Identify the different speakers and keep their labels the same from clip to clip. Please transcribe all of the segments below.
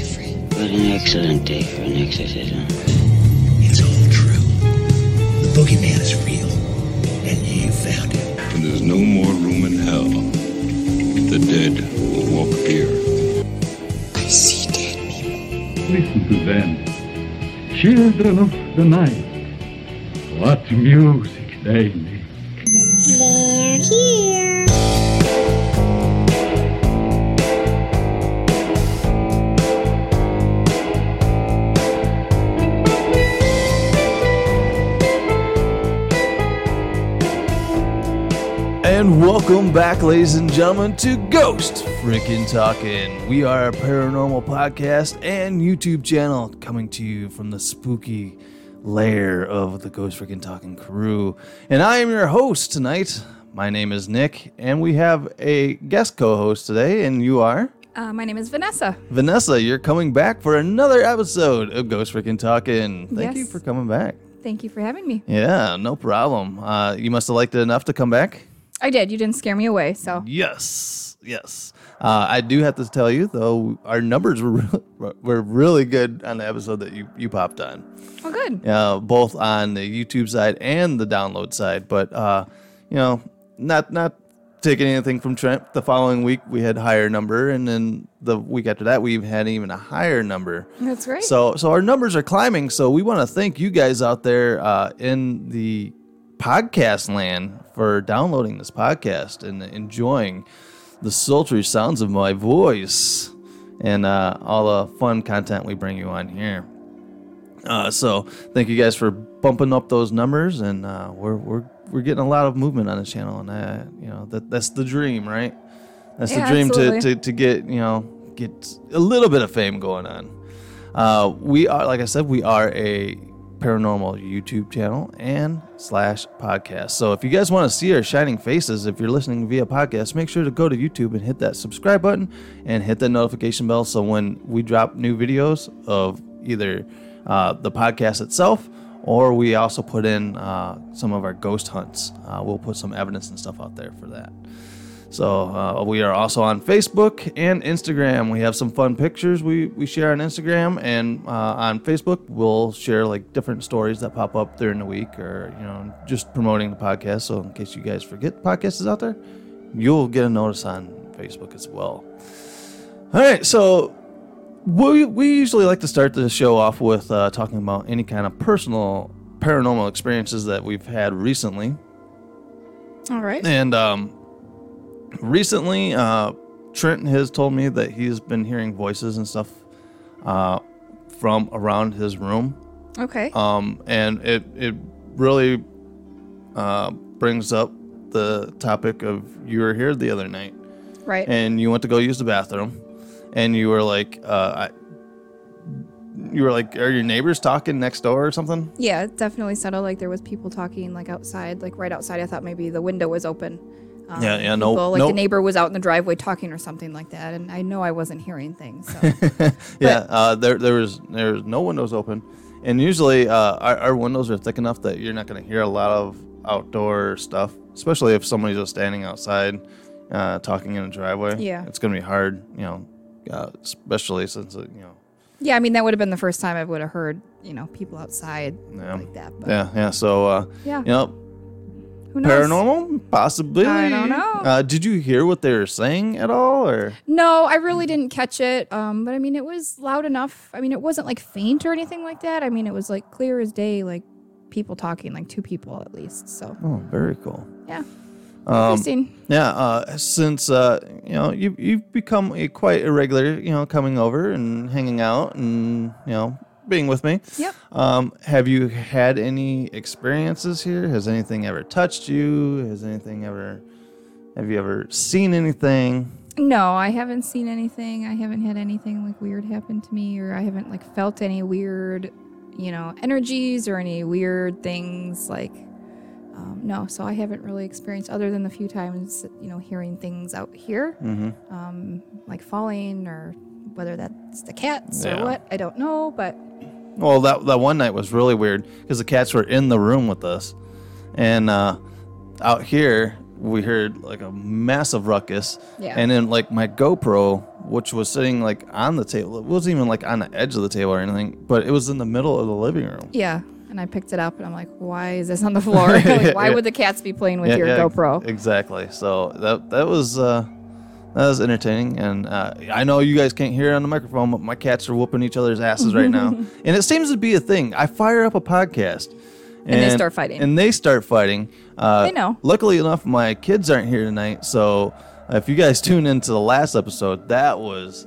Speaker 1: afraid.
Speaker 2: What an excellent day for an exorcism.
Speaker 3: It's all true. The boogeyman is real, and you found him.
Speaker 4: When there's no more room in hell, the dead will walk here.
Speaker 5: I see dead people.
Speaker 6: Listen to them, children of the night. What music they make.
Speaker 7: They're here.
Speaker 8: And welcome back, ladies and gentlemen, to Ghost Freaking Talkin'. We are a paranormal podcast and YouTube channel coming to you from the spooky lair of the Ghost Freaking Talkin' crew. And I am your host tonight. My name is Nick, and we have a guest co host today, and you are?
Speaker 9: Uh, my name is Vanessa.
Speaker 8: Vanessa, you're coming back for another episode of Ghost Freaking Talkin'. Thank
Speaker 9: Yes.
Speaker 8: you for coming back.
Speaker 9: Thank you for having me.
Speaker 8: Yeah, no problem. Uh, you must have liked it enough to come back.
Speaker 9: I did. You didn't scare me away, so
Speaker 8: Yes, yes. Uh, I do have to tell you though, our numbers were really, were really good on the episode that you, you popped on,
Speaker 9: oh, good.
Speaker 8: uh, both on the YouTube side and the download side. But uh, you know, not not taking anything from Trent. The following week we had higher number, and then the week after that we had even a higher number.
Speaker 9: That's great.
Speaker 8: So so our numbers are climbing. So we want to thank you guys out there uh, in the podcast land for downloading this podcast and enjoying the sultry sounds of my voice and uh, all the fun content we bring you on here. Uh, so thank you guys for bumping up those numbers, and uh, we're we're we're getting a lot of movement on this channel, and uh, you know that that's the dream, right? That's
Speaker 9: Yeah,
Speaker 8: the dream to,
Speaker 9: absolutely.
Speaker 8: to to get you know get a little bit of fame going on. Uh, we are, like I said, we are a paranormal YouTube channel and slash podcast. So if you guys want to see our shining faces, if you're listening via podcast, make sure to go to YouTube and hit that subscribe button and hit that notification bell. So when we drop new videos of either uh, the podcast itself or we also put in uh, some of our ghost hunts, uh, we'll put some evidence and stuff out there for that. So uh, we are also on Facebook and Instagram. We have some fun pictures we, we share on Instagram and uh, on Facebook. We'll share like different stories that pop up during the week, or you know, just promoting the podcast. So in case you guys forget the podcast is out there, you'll get a notice on Facebook as well. All right, so we, we usually like to start the show off with uh, talking about any kind of personal paranormal experiences that we've had recently.
Speaker 9: All right.
Speaker 8: And um, recently, uh, Trent has told me that he's been hearing voices and stuff uh, from around his room.
Speaker 9: Okay.
Speaker 8: Um, and it it really uh, brings up the topic of you were here the other night
Speaker 9: right.
Speaker 8: and you went to go use the bathroom, and you were like, uh, I, you were like, are your neighbors talking next door or something?
Speaker 9: yeah, it definitely sounded like there was people talking like outside, like right outside. I thought maybe the window was open. Um,
Speaker 8: Yeah, yeah, no-
Speaker 9: people, like
Speaker 8: no-
Speaker 9: the neighbor was out in the driveway talking or something like that, and I know I wasn't hearing things. So.
Speaker 8: yeah, uh, there there was there was no windows open, and usually uh, our, our windows are thick enough that you're not going to hear a lot of outdoor stuff, especially if somebody's just standing outside uh, talking in a driveway.
Speaker 9: Yeah.
Speaker 8: it's going to be hard, you know, uh, especially since it, you know.
Speaker 9: yeah, I mean that would have been the first time I would have heard you know people outside
Speaker 8: Yeah.
Speaker 9: like that. But
Speaker 8: Yeah, yeah. So, uh,
Speaker 9: Yeah.
Speaker 8: you know,
Speaker 9: who knows?
Speaker 8: paranormal possibility.
Speaker 9: I don't know.
Speaker 8: Uh, did you hear what they were saying at all, or
Speaker 9: No, I really didn't catch it. Um, but I mean, it was loud enough. I mean, it wasn't like faint or anything like that. I mean, it was like clear as day, like people talking, like two people at least. So
Speaker 8: oh, very cool.
Speaker 9: yeah,
Speaker 8: Um,
Speaker 9: interesting.
Speaker 8: Yeah, uh, since uh, you know you you've become a quite a regular, you know, coming over and hanging out and you know being with me.
Speaker 9: Yep.
Speaker 8: Um, have you had any experiences here? Has anything ever touched you? Has anything ever? Have you ever seen anything?
Speaker 9: No, I haven't seen anything. I haven't had anything like weird happen to me, or I haven't like felt any weird, you know, energies or any weird things like. Um, no, so I haven't really experienced other than the few times you know hearing things out here,
Speaker 8: mm-hmm.
Speaker 9: um, like falling or whether that's the cats
Speaker 8: Yeah.
Speaker 9: or what I don't know, but
Speaker 8: Well, that that one night was really weird because the cats were in the room with us, and uh, out here we heard like a massive ruckus.
Speaker 9: Yeah.
Speaker 8: And then like my GoPro, which was sitting like on the table, it wasn't even like on the edge of the table or anything, but it was in the middle of the living room.
Speaker 9: yeah. And I picked it up and I'm like, why is this on the floor? Like, why
Speaker 8: Yeah.
Speaker 9: would the cats be playing with
Speaker 8: Yeah,
Speaker 9: your
Speaker 8: yeah,
Speaker 9: GoPro?
Speaker 8: Exactly. So that that was uh, that was entertaining, and uh, I know you guys can't hear it on the microphone, but my cats are whooping each other's asses right now, and it seems to be a thing. I fire up a podcast,
Speaker 9: And they start fighting.
Speaker 8: and they start fighting. Uh,
Speaker 9: They know.
Speaker 8: Luckily enough, my kids aren't here tonight, so if you guys tune into the last episode, that was.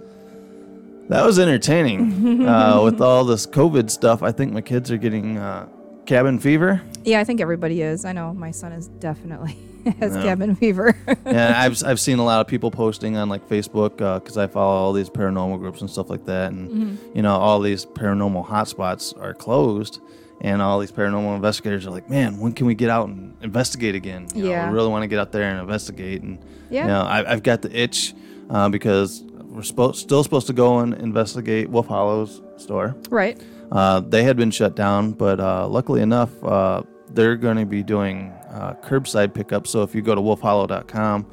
Speaker 8: That was entertaining. uh, with all this COVID stuff, I think my kids are getting uh, cabin fever.
Speaker 9: Yeah, I think everybody is. I know my son is definitely has
Speaker 8: Yeah.
Speaker 9: cabin fever.
Speaker 8: yeah, I've, I've seen a lot of people posting on like Facebook because I follow all these paranormal groups and stuff like that, and
Speaker 9: Mhm.
Speaker 8: you know all these paranormal hotspots are closed, and all these paranormal investigators are like, man, when can we get out and investigate again? You know,
Speaker 9: Yeah.
Speaker 8: we really want to get out there and investigate, and
Speaker 9: Yeah.
Speaker 8: you know, I, I've got the itch uh, because we're spo- still supposed to go and investigate Wolf Hollow's store.
Speaker 9: right.
Speaker 8: Uh, they had been shut down, but uh, luckily enough, uh, they're going to be doing uh, curbside pickup. So if you go to wolfhollow.com,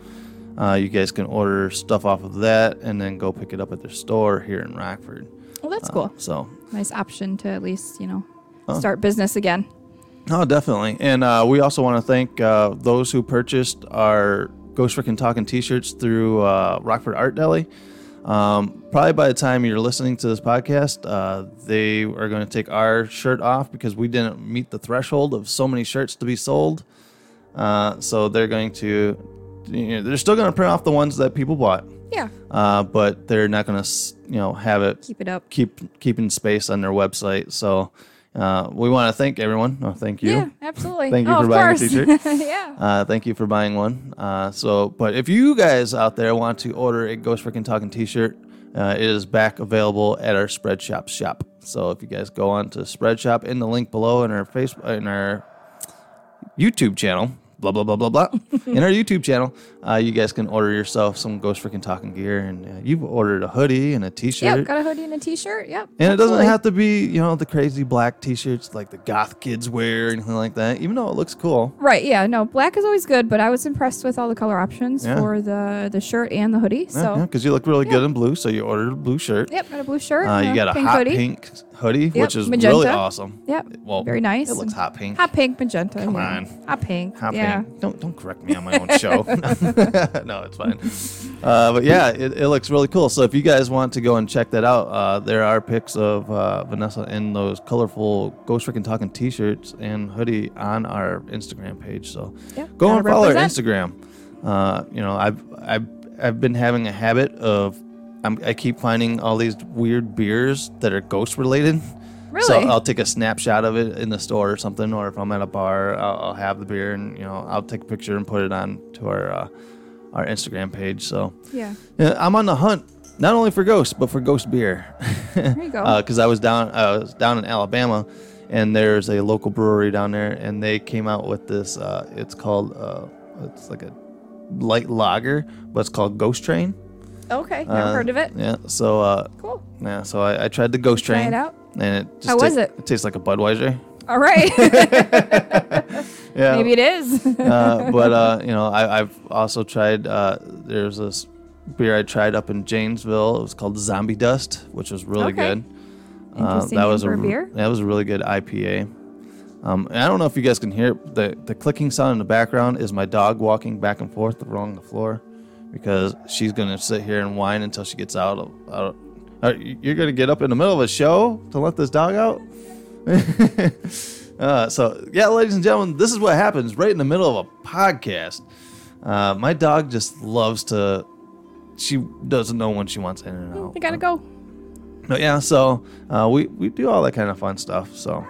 Speaker 8: uh, you guys can order stuff off of that and then go pick it up at their store here in Rockford.
Speaker 9: Well, that's
Speaker 8: Uh,
Speaker 9: cool.
Speaker 8: So,
Speaker 9: Nice option to at least, you know,
Speaker 8: Oh.
Speaker 9: start business again.
Speaker 8: oh, definitely. And uh, we also want to thank uh, those who purchased our Ghost Freaking Talking t shirts through uh, Rockford Art Deli. Um, probably by the time you're listening to this podcast, uh, they are going to take our shirt off because we didn't meet the threshold of so many shirts to be sold. Uh, so they're going to, you know, they're still going to print off the ones that people bought.
Speaker 9: Yeah.
Speaker 8: Uh, but they're not going to, you know, have it
Speaker 9: Keep it up.
Speaker 8: keep keeping space on their website. So uh, we want to thank everyone. Oh, thank you.
Speaker 9: Yeah, absolutely.
Speaker 8: thank you
Speaker 9: Oh,
Speaker 8: for
Speaker 9: of
Speaker 8: buying
Speaker 9: course.
Speaker 8: a t-shirt.
Speaker 9: Yeah.
Speaker 8: Uh, thank you for buying one. Uh, so, but if you guys out there want to order a Ghost Freaking Talking t-shirt, uh, it is back available at our Spreadshop shop. So if you guys go on to Spreadshop in the link below in our Facebook in our YouTube channel, blah blah blah blah blah. in our YouTube channel, uh, you guys can order yourself some Ghost Freaking Talking gear, and uh, you've ordered a hoodie and a t-shirt.
Speaker 9: Yep, got a hoodie and a t-shirt. Yep.
Speaker 8: And it doesn't
Speaker 9: absolutely.
Speaker 8: have to be, you know, the crazy black t-shirts like the goth kids wear or anything like that. Even though it looks cool.
Speaker 9: Right, yeah, no, black is always good, but I was impressed with all the color options
Speaker 8: Yeah.
Speaker 9: for the the shirt and the hoodie. So,
Speaker 8: because you look really good in blue, so you ordered a blue shirt.
Speaker 9: yep, got a blue shirt.
Speaker 8: Uh,
Speaker 9: and
Speaker 8: you got a
Speaker 9: pink
Speaker 8: hot
Speaker 9: hoodie.
Speaker 8: pink hoodie,
Speaker 9: Yep,
Speaker 8: which is really
Speaker 9: magenta.
Speaker 8: awesome.
Speaker 9: Yep,
Speaker 8: Well,
Speaker 9: very nice.
Speaker 8: It looks hot pink.
Speaker 9: Hot pink, magenta.
Speaker 8: Come
Speaker 9: yeah.
Speaker 8: on.
Speaker 9: Hot pink.
Speaker 8: Hot
Speaker 9: yeah.
Speaker 8: pink. Don't don't correct me on my own show. no, it's fine. Uh, but yeah, it, it looks really cool. So if you guys want to go and check that out, uh, there are pics of uh, Vanessa in those colorful Ghost Freaking Talking T-shirts and hoodie on our Instagram page. So
Speaker 9: Yeah,
Speaker 8: go
Speaker 9: gotta
Speaker 8: and follow
Speaker 9: represent.
Speaker 8: our Instagram. Uh, you know, I've I've I've been having a habit of I'm, I keep finding all these weird beers that are ghost related. So
Speaker 9: Really?
Speaker 8: I'll take a snapshot of it in the store or something, or if I'm at a bar, I'll, I'll have the beer and you know I'll take a picture and put it on to our uh, our Instagram page. So
Speaker 9: Yeah.
Speaker 8: yeah, I'm on the hunt not only for ghosts but for ghost beer.
Speaker 9: you go.
Speaker 8: Because I was down uh, I was down in Alabama, and there's a local brewery down there, and they came out with this. Uh, it's called uh, it's like a light lager, but it's called Ghost Train.
Speaker 9: Okay, never
Speaker 8: Uh,
Speaker 9: heard of it.
Speaker 8: Yeah. So uh,
Speaker 9: Cool.
Speaker 8: Yeah. So I, I tried the Ghost
Speaker 9: Try it
Speaker 8: Train.
Speaker 9: out?
Speaker 8: And it just
Speaker 9: How was
Speaker 8: ta-
Speaker 9: it?
Speaker 8: It tastes like a Budweiser.
Speaker 9: All right.
Speaker 8: Yeah.
Speaker 9: Maybe it is.
Speaker 8: uh, but uh, you know, I, I've also tried. Uh, there's this beer I tried up in Janesville. It was called Zombie Dust, which was really
Speaker 9: Okay.
Speaker 8: good. Uh,
Speaker 9: Interesting
Speaker 8: that
Speaker 9: name
Speaker 8: was
Speaker 9: for a
Speaker 8: a r-
Speaker 9: beer.
Speaker 8: That was a really good IPA. Um, and I don't know if you guys can hear it. The, the clicking sound in the background is my dog walking back and forth along the floor because she's going to sit here and whine until she gets out. Of, out of, uh, you're going to get up in the middle of a show to let this dog out? uh, so, yeah, ladies and gentlemen, this is what happens right in the middle of a podcast. Uh, my dog just loves to, she doesn't know when she wants in and out.
Speaker 9: I Mm, gotta go.
Speaker 8: But yeah, so uh, we we do all that kind of fun stuff. So,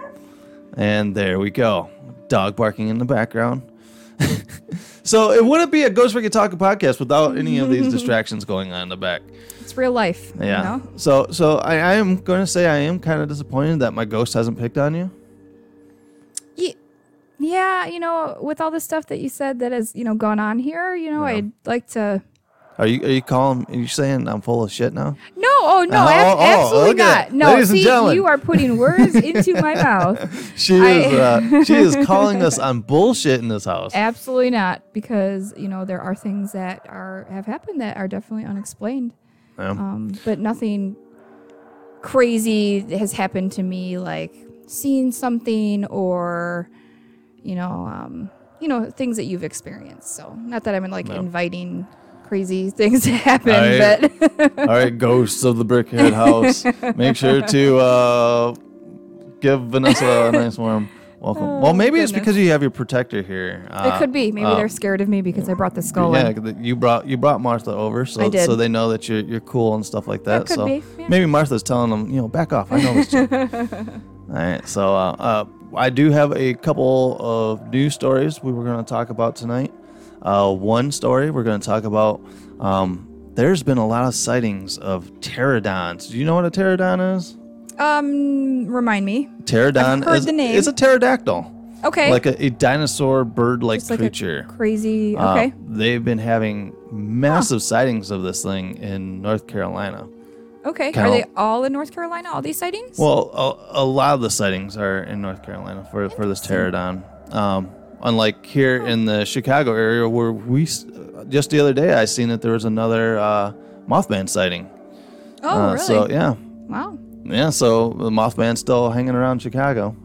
Speaker 8: and there we go, dog barking in the background. So it wouldn't be a Ghost Freaking Talking podcast without any of these distractions going on in the back.
Speaker 9: It's real life.
Speaker 8: Yeah.
Speaker 9: You know?
Speaker 8: So so I, I am going to say I am kind of disappointed that my ghost hasn't picked on you.
Speaker 9: Ye- Yeah, you know, with all the stuff that you said that has, you know, gone on here, you know,
Speaker 8: Yeah.
Speaker 9: I'd like to.
Speaker 8: Are you are you calling? Are you saying I'm full of shit now?
Speaker 9: No, oh no,
Speaker 8: Oh,
Speaker 9: ab-
Speaker 8: oh,
Speaker 9: absolutely
Speaker 8: look at
Speaker 9: not.
Speaker 8: that.
Speaker 9: No,
Speaker 8: Ladies and
Speaker 9: see,
Speaker 8: gentlemen.
Speaker 9: you are putting words into my mouth.
Speaker 8: She
Speaker 9: I-
Speaker 8: is uh, she is calling us on bullshit in this house.
Speaker 9: Absolutely not, because you know there are things that are have happened that are definitely unexplained.
Speaker 8: Yeah.
Speaker 9: Um, but nothing crazy has happened to me, like seeing something or you know, um, you know things that you've experienced. So not that I'm like
Speaker 8: No.
Speaker 9: inviting crazy things to happen,
Speaker 8: Alright.
Speaker 9: but
Speaker 8: All right, ghosts of the Brickhead House, make sure to uh, give Vanessa a nice warm welcome.
Speaker 9: Oh,
Speaker 8: well, maybe it's
Speaker 9: goodness.
Speaker 8: because you have your protector here.
Speaker 9: it could be. Maybe
Speaker 8: uh,
Speaker 9: they're scared of me because I brought the skull
Speaker 8: Yeah,
Speaker 9: in.
Speaker 8: that you brought you brought Martha over, so
Speaker 9: I did.
Speaker 8: so they know that you're you're cool and stuff like that.
Speaker 9: could
Speaker 8: so
Speaker 9: be, yeah.
Speaker 8: maybe Martha's telling them, you know, back off. I know this. chick. All right, so uh, uh, I do have a couple of news stories we were going to talk about tonight. Uh, one story we're going to talk about. Um, there's been a lot of sightings of pterodons. Do you know what a pterodon is?
Speaker 9: Um, remind me.
Speaker 8: Pterodon
Speaker 9: I've heard
Speaker 8: is
Speaker 9: the name.
Speaker 8: it's a pterodactyl,
Speaker 9: Okay.
Speaker 8: like a, a dinosaur bird-like
Speaker 9: Just like a
Speaker 8: creature.
Speaker 9: crazy.
Speaker 8: Uh,
Speaker 9: Okay.
Speaker 8: they've been having massive sightings of this thing in North Carolina.
Speaker 9: okay. Are
Speaker 8: Cal-
Speaker 9: they all in North Carolina? All these sightings?
Speaker 8: Well, a, a lot of the sightings are in North Carolina for, for this pterodon. Um, unlike here in the Chicago area, where we s- just the other day I seen that there was another uh, Mothman sighting.
Speaker 9: oh,
Speaker 8: uh,
Speaker 9: really?
Speaker 8: So yeah,
Speaker 9: Wow.
Speaker 8: yeah. So the Mothman's still hanging around Chicago.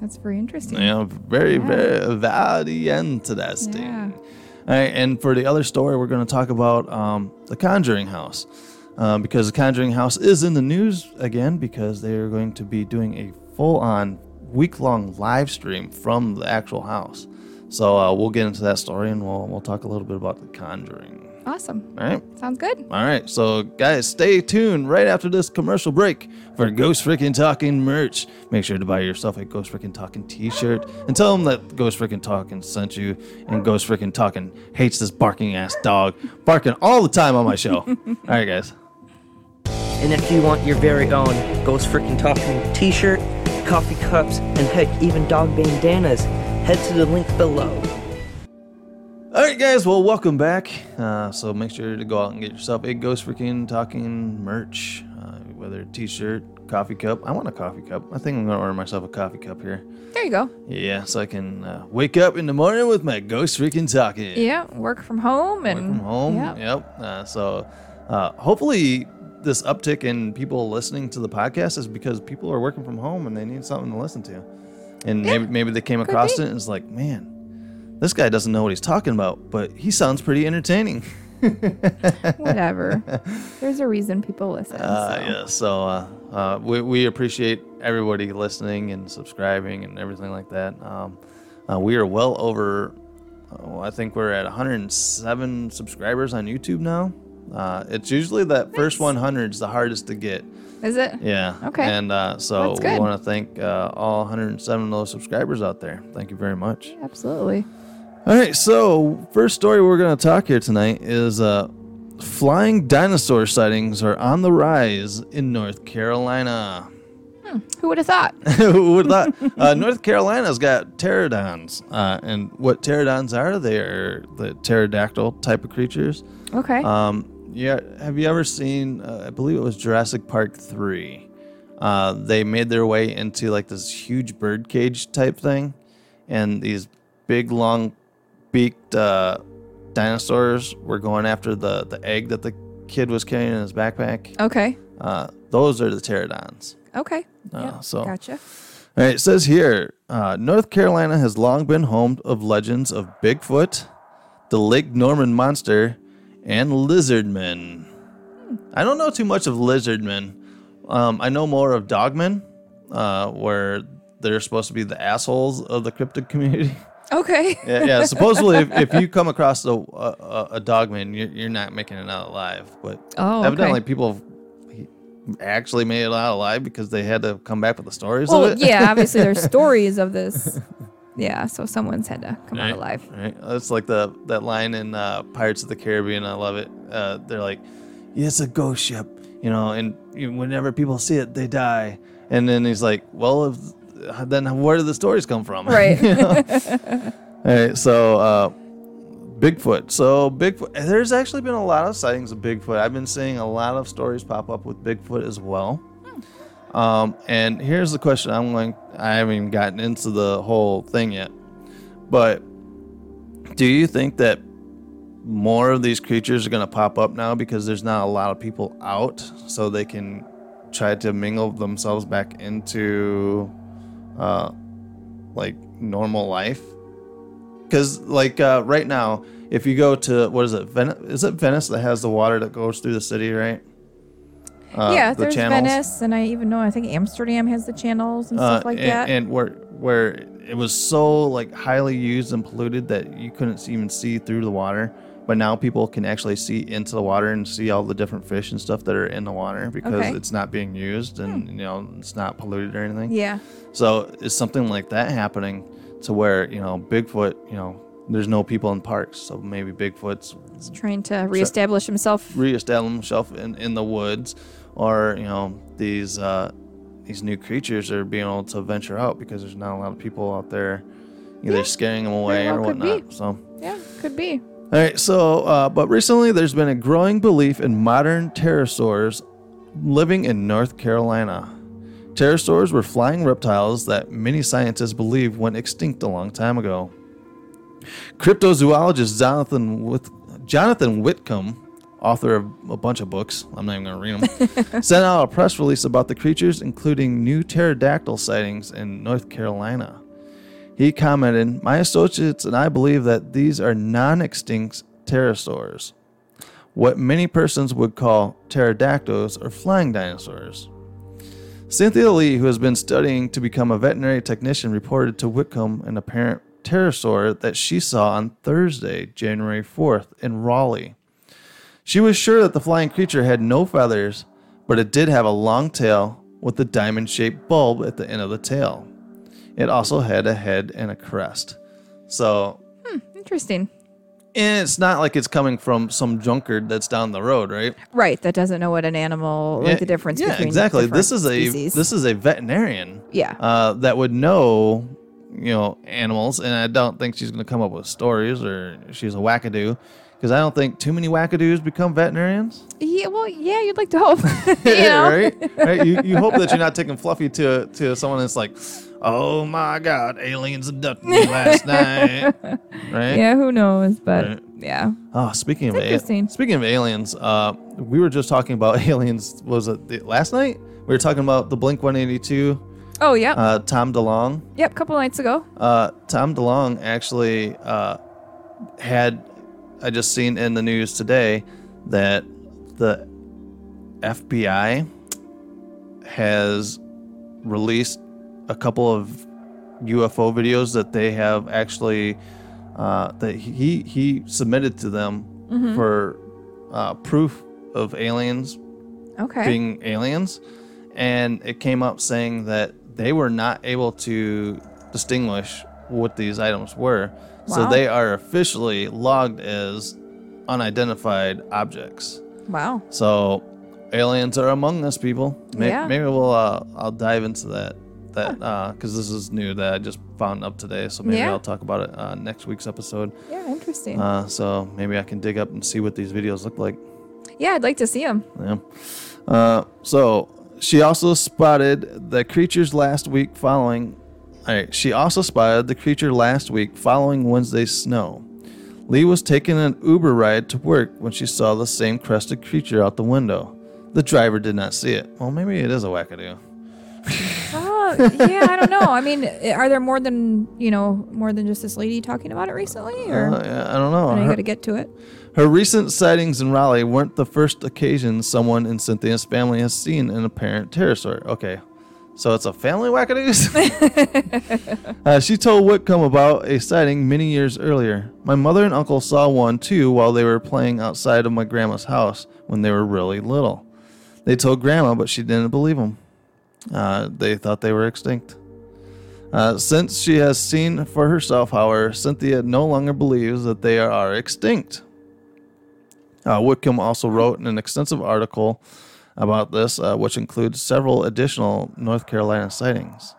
Speaker 9: That's very interesting.
Speaker 8: Yeah, very
Speaker 9: Yeah.
Speaker 8: very variante.
Speaker 9: Yeah.
Speaker 8: All right, and for the other story, we're going to talk about um, the Conjuring House um, because the Conjuring House is in the news again because they are going to be doing a full-on week-long live stream from the actual house. So uh, we'll get into that story and we'll we'll talk a little bit about the Conjuring.
Speaker 9: Awesome.
Speaker 8: All right.
Speaker 9: Sounds good.
Speaker 8: All right, so guys, stay tuned right after this commercial break for Ghost Freaking Talking merch. Make sure to buy yourself a Ghost Freaking Talking t-shirt and tell them that Ghost Freaking Talking sent you and Ghost Freaking Talking hates this barking ass dog barking all the time on my show. all right, guys.
Speaker 10: And if you want your very own Ghost Freaking Talking t shirt, coffee cups, and heck, even dog bandanas, head to the link below.
Speaker 8: All right, guys. Well, welcome back. Uh, so make sure to go out and get yourself a Ghost Freaking Talking merch, uh, whether t-shirt, coffee cup. I want a coffee cup. I think I'm gonna order myself a coffee cup here.
Speaker 9: There you go.
Speaker 8: Yeah, so I can uh, wake up in the morning with my ghost freaking talking
Speaker 9: Yeah. Work from home and
Speaker 8: from home.
Speaker 9: Yeah.
Speaker 8: Yep. Uh, so uh, hopefully this uptick in people listening to the podcast is because people are working from home and they need something to listen to, and maybe maybe they came across it and it's like, man, this guy doesn't know what he's talking about, but he sounds pretty entertaining.
Speaker 9: Whatever. There's a reason people listen.
Speaker 8: Uh, Yeah, so uh, uh, we, we appreciate everybody listening and subscribing and everything like that. Um, uh, we are well over, oh, I think we're at 107 subscribers on YouTube now. Uh, it's usually that first 100 is the hardest to get.
Speaker 9: Is it?
Speaker 8: Yeah.
Speaker 9: Okay.
Speaker 8: And uh, so
Speaker 9: That's
Speaker 8: we
Speaker 9: good.
Speaker 8: want to thank uh, all 107 of those subscribers out there. Thank you very much.
Speaker 9: Absolutely.
Speaker 8: All right, so first story we're going to talk here tonight is uh, flying dinosaur sightings are on the rise in North Carolina.
Speaker 9: Hmm. Who would have thought?
Speaker 8: Who would have thought? Uh, North Carolina's got pterodons, uh, and what pterodons are? They are the pterodactyl type of creatures.
Speaker 9: Okay.
Speaker 8: Um, yeah, have you ever seen? Uh, I believe it was Jurassic Park three. Uh, they made their way into like this huge bird cage type thing, and these big long beaked uh, dinosaurs were going after the the egg that the kid was carrying in his backpack.
Speaker 9: Okay.
Speaker 8: Uh, those are the pterodons.
Speaker 9: Okay.
Speaker 8: Uh,
Speaker 9: Yeah.
Speaker 8: so-
Speaker 9: Gotcha.
Speaker 8: All right, it says here uh, North Carolina has long been home of legends of Bigfoot, the Lake Norman monster, and lizardmen.
Speaker 9: Hmm.
Speaker 8: I don't know too much of lizardmen. Um, I know more of dogmen, uh, where they're supposed to be the assholes of the cryptid community.
Speaker 9: Okay.
Speaker 8: yeah, yeah, supposedly, if, if you come across a, a, a dogman, you're, you're not making it out alive. But
Speaker 9: Oh, okay.
Speaker 8: evidently, people have actually made it out alive because they had to come back with the stories
Speaker 9: Well,
Speaker 8: of it.
Speaker 9: yeah, obviously there's stories of this. Yeah, so someone's had to come right, out alive.
Speaker 8: Right. That's like the that line in uh, Pirates of the Caribbean. I love it. Uh, they're like, yeah, "It's a ghost ship," you know, and whenever people see it, they die. And then he's like, "Well, if, then where do the stories come from?"
Speaker 9: Right.
Speaker 8: you know? All right. So uh, Bigfoot. So Bigfoot. There's actually been a lot of sightings of Bigfoot. I've been seeing a lot of stories pop up with Bigfoot as well. Um, and here's the question I'm going I haven't even gotten into the whole thing yet. But do you think that more of these creatures are going to pop up now because there's not a lot of people out so they can try to mingle themselves back into uh, like normal life? Cuz like uh, right now if you go to what is it Venice is it Venice that has the water that goes through the city, right?
Speaker 9: Uh, yeah, the there's channels. Venice, and I even know I think Amsterdam has the channels and stuff uh, like
Speaker 8: and,
Speaker 9: that.
Speaker 8: And where where it was so like highly used and polluted that you couldn't even see through the water, but now people can actually see into the water and see all the different fish and stuff that are in the water because okay. it's not being used and hmm. you know it's not polluted or anything.
Speaker 9: Yeah.
Speaker 8: So is something like that happening to where you know Bigfoot, you know, there's no people in parks, so maybe Bigfoot's
Speaker 9: He's trying to reestablish himself,
Speaker 8: reestablish himself in in the woods or you know these uh, these new creatures are being able to venture out because there's not a lot of people out there either yeah, scaring them away well or whatnot. So
Speaker 9: yeah, could be.
Speaker 8: All right, so uh, but recently there's been a growing belief in modern pterosaurs living in North Carolina. Pterosaurs were flying reptiles that many scientists believe went extinct a long time ago. Cryptozoologist Jonathan with Jonathan Whitcomb author of a bunch of books. I'm not even going to read them. sent out a press release about the creatures, including new pterodactyl sightings in North Carolina. He commented, My associates and I believe that these are non extinct pterosaurs, what many persons would call pterodactyls or flying dinosaurs. Cynthia Lee, who has been studying to become a veterinary technician, reported to Whitcomb an apparent pterosaur that she saw on Thursday, January 4th, in Raleigh. She was sure that the flying creature had no feathers, but it did have a long tail with a diamond shaped bulb at the end of the tail. It also had a head and a crest. So.
Speaker 9: Hmm, interesting.
Speaker 8: And it's not like it's coming from some drunkard that's down the road, right?
Speaker 9: Right, that doesn't know what an animal, like yeah, the difference
Speaker 8: yeah,
Speaker 9: between
Speaker 8: exactly. This is a species. this is a veterinarian,
Speaker 9: yeah,
Speaker 8: uh, that would know, you know, animals. And I don't think she's going to come up with stories or she's a wackadoo because I don't think too many wackadoos become veterinarians.
Speaker 9: Yeah, well, yeah, you'd like to hope.
Speaker 8: right? right? You, you hope that you're not taking Fluffy to to someone that's like, oh my God, aliens abducted me last night. Right?
Speaker 9: Yeah, who knows? But right. yeah.
Speaker 8: Oh, speaking it's of interesting. A- speaking of aliens, uh, we were just talking about aliens. Was it the, last night? We were talking about the Blink 182.
Speaker 9: Oh yeah.
Speaker 8: Uh, Tom DeLong.
Speaker 9: Yep, a couple nights ago.
Speaker 8: Uh, Tom DeLong actually uh, had I just seen in the news today that the FBI has released a couple of UFO videos that they have actually uh, that he he submitted to them mm-hmm. for uh, proof of aliens
Speaker 9: okay.
Speaker 8: being aliens, and it came up saying that they were not able to distinguish what these items were. Wow. So they are officially logged as unidentified objects.
Speaker 9: Wow.
Speaker 8: So aliens are among us, people. Maybe, yeah. maybe we'll uh, I'll dive into that that because uh, this is new that I just found up today. So maybe yeah. I'll talk about it uh, next week's episode.
Speaker 9: Yeah, interesting.
Speaker 8: Uh, so maybe I can dig up and see what these videos look like.
Speaker 9: Yeah, I'd like to see them.
Speaker 8: Yeah. Uh, so she also spotted the creatures last week following all right, she also spotted the creature last week following Wednesday's snow. Lee was taking an Uber ride to work when she saw the same crested creature out the window. The driver did not see it. Well, maybe it is a wackadoo.
Speaker 9: uh, yeah, I don't know. I mean, are there more than, you know, more than just this lady talking about it recently? Or
Speaker 8: uh, yeah, I don't know.
Speaker 9: I got to get to it.
Speaker 8: Her recent sightings in Raleigh weren't the first occasion someone in Cynthia's family has seen an apparent pterosaur. Okay, so it's a family wackadoos? uh, she told Whitcomb about a sighting many years earlier. My mother and uncle saw one too while they were playing outside of my grandma's house when they were really little. They told grandma, but she didn't believe them. Uh, they thought they were extinct. Uh, since she has seen for herself, however, Cynthia no longer believes that they are extinct. Uh, Whitcomb also wrote an extensive article about this, uh, which includes several additional North Carolina sightings.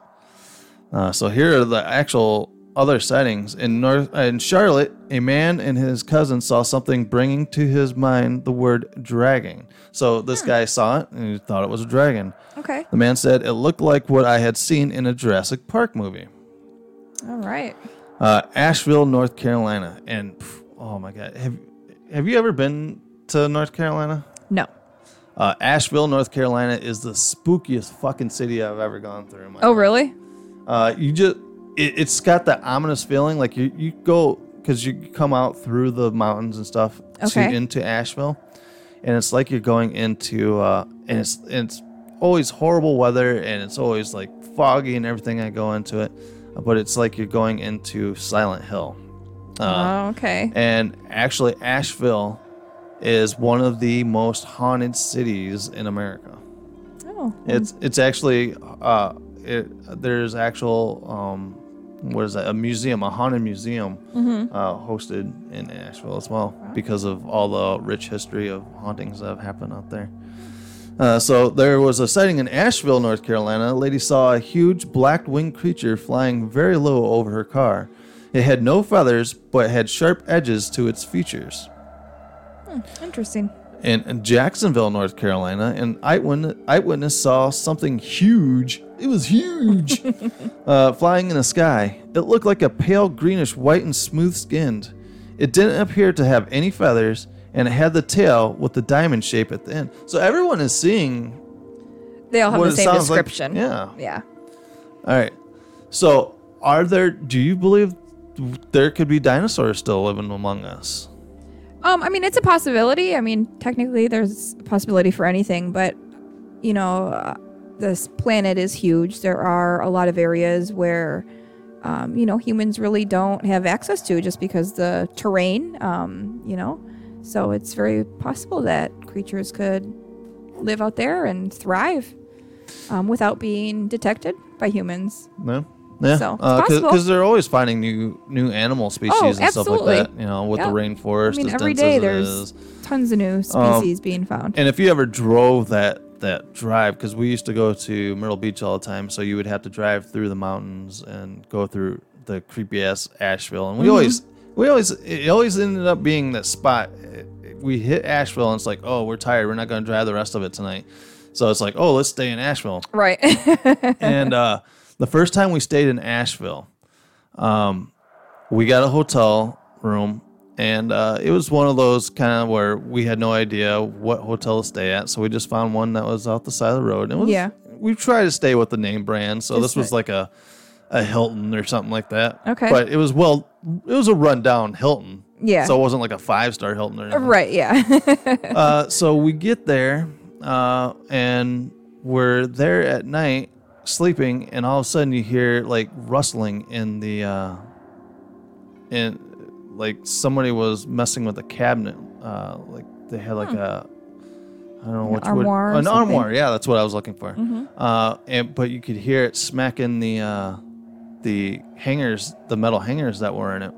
Speaker 8: Uh, so here are the actual other sightings in North uh, in Charlotte. A man and his cousin saw something bringing to his mind the word dragon. So this guy saw it and he thought it was a dragon.
Speaker 9: Hmm. Okay.
Speaker 8: The man said it looked like what I had seen in a Jurassic Park movie.
Speaker 9: All right.
Speaker 8: Uh, Asheville, North Carolina, and pff, oh my god, have have you ever been to North Carolina?
Speaker 9: No.
Speaker 8: Uh, Asheville, North Carolina is the spookiest fucking city I've ever gone through.
Speaker 9: oh, life. really?
Speaker 8: Uh, you just it, has got that ominous feeling like you, you go because you come out through the mountains and stuff okay. to, into Asheville, and it's like you're going into uh, and it's and it's always horrible weather and it's always like foggy and everything. I go into it, but it's like you're going into Silent Hill.
Speaker 9: Uh, oh, okay.
Speaker 8: And actually, Asheville is one of the most haunted cities in America.
Speaker 9: Oh,
Speaker 8: it's it's actually. Uh, it, there's actual um, what is that a museum a haunted museum
Speaker 9: mm-hmm.
Speaker 8: uh, hosted in Asheville as well wow. because of all the rich history of hauntings that have happened out there. Uh, so there was a sighting in Asheville, North Carolina. A lady saw a huge black winged creature flying very low over her car. It had no feathers but had sharp edges to its features.
Speaker 9: Hmm, interesting
Speaker 8: in Jacksonville, North Carolina, an eyewitness saw something huge. It was huge, uh, flying in the sky. It looked like a pale greenish white and smooth skinned. It didn't appear to have any feathers, and it had the tail with the diamond shape at the end. So everyone is seeing.
Speaker 9: They all have the same description.
Speaker 8: Like. Yeah.
Speaker 9: Yeah.
Speaker 8: All right. So, are there? Do you believe there could be dinosaurs still living among us?
Speaker 9: Um, I mean, it's a possibility. I mean, technically, there's a possibility for anything, but you know, uh, this planet is huge. There are a lot of areas where, um, you know, humans really don't have access to just because the terrain, um, you know. So it's very possible that creatures could live out there and thrive um, without being detected by humans.
Speaker 8: No. Yeah,
Speaker 9: so
Speaker 8: because uh, they're always finding new new animal species oh, and stuff like that. You know, with yeah. the rainforest.
Speaker 9: I mean,
Speaker 8: as
Speaker 9: every
Speaker 8: day
Speaker 9: there's
Speaker 8: is.
Speaker 9: tons of new species um, being found.
Speaker 8: And if you ever drove that that drive, because we used to go to Myrtle Beach all the time, so you would have to drive through the mountains and go through the creepy ass Asheville, and we mm-hmm. always we always it always ended up being that spot. We hit Asheville, and it's like, oh, we're tired. We're not going to drive the rest of it tonight. So it's like, oh, let's stay in Asheville.
Speaker 9: Right.
Speaker 8: and uh, the first time we stayed in Asheville, um, we got a hotel room, and uh, it was one of those kind of where we had no idea what hotel to stay at, so we just found one that was off the side of the road. And was,
Speaker 9: yeah,
Speaker 8: we tried to stay with the name brand, so just this was it. like a a Hilton or something like that.
Speaker 9: Okay,
Speaker 8: but it was well, it was a rundown Hilton.
Speaker 9: Yeah,
Speaker 8: so it wasn't like a five star Hilton or anything.
Speaker 9: Right. Yeah.
Speaker 8: uh, so we get there, uh, and we're there at night sleeping and all of a sudden you hear like rustling in the uh and like somebody was messing with a cabinet uh like they had like hmm. a I don't know
Speaker 9: an
Speaker 8: what
Speaker 9: armoire
Speaker 8: would,
Speaker 9: or
Speaker 8: an
Speaker 9: something.
Speaker 8: armoire, yeah, that's what I was looking for.
Speaker 9: Mm-hmm.
Speaker 8: Uh, and but you could hear it smacking the uh, the hangers, the metal hangers that were in it.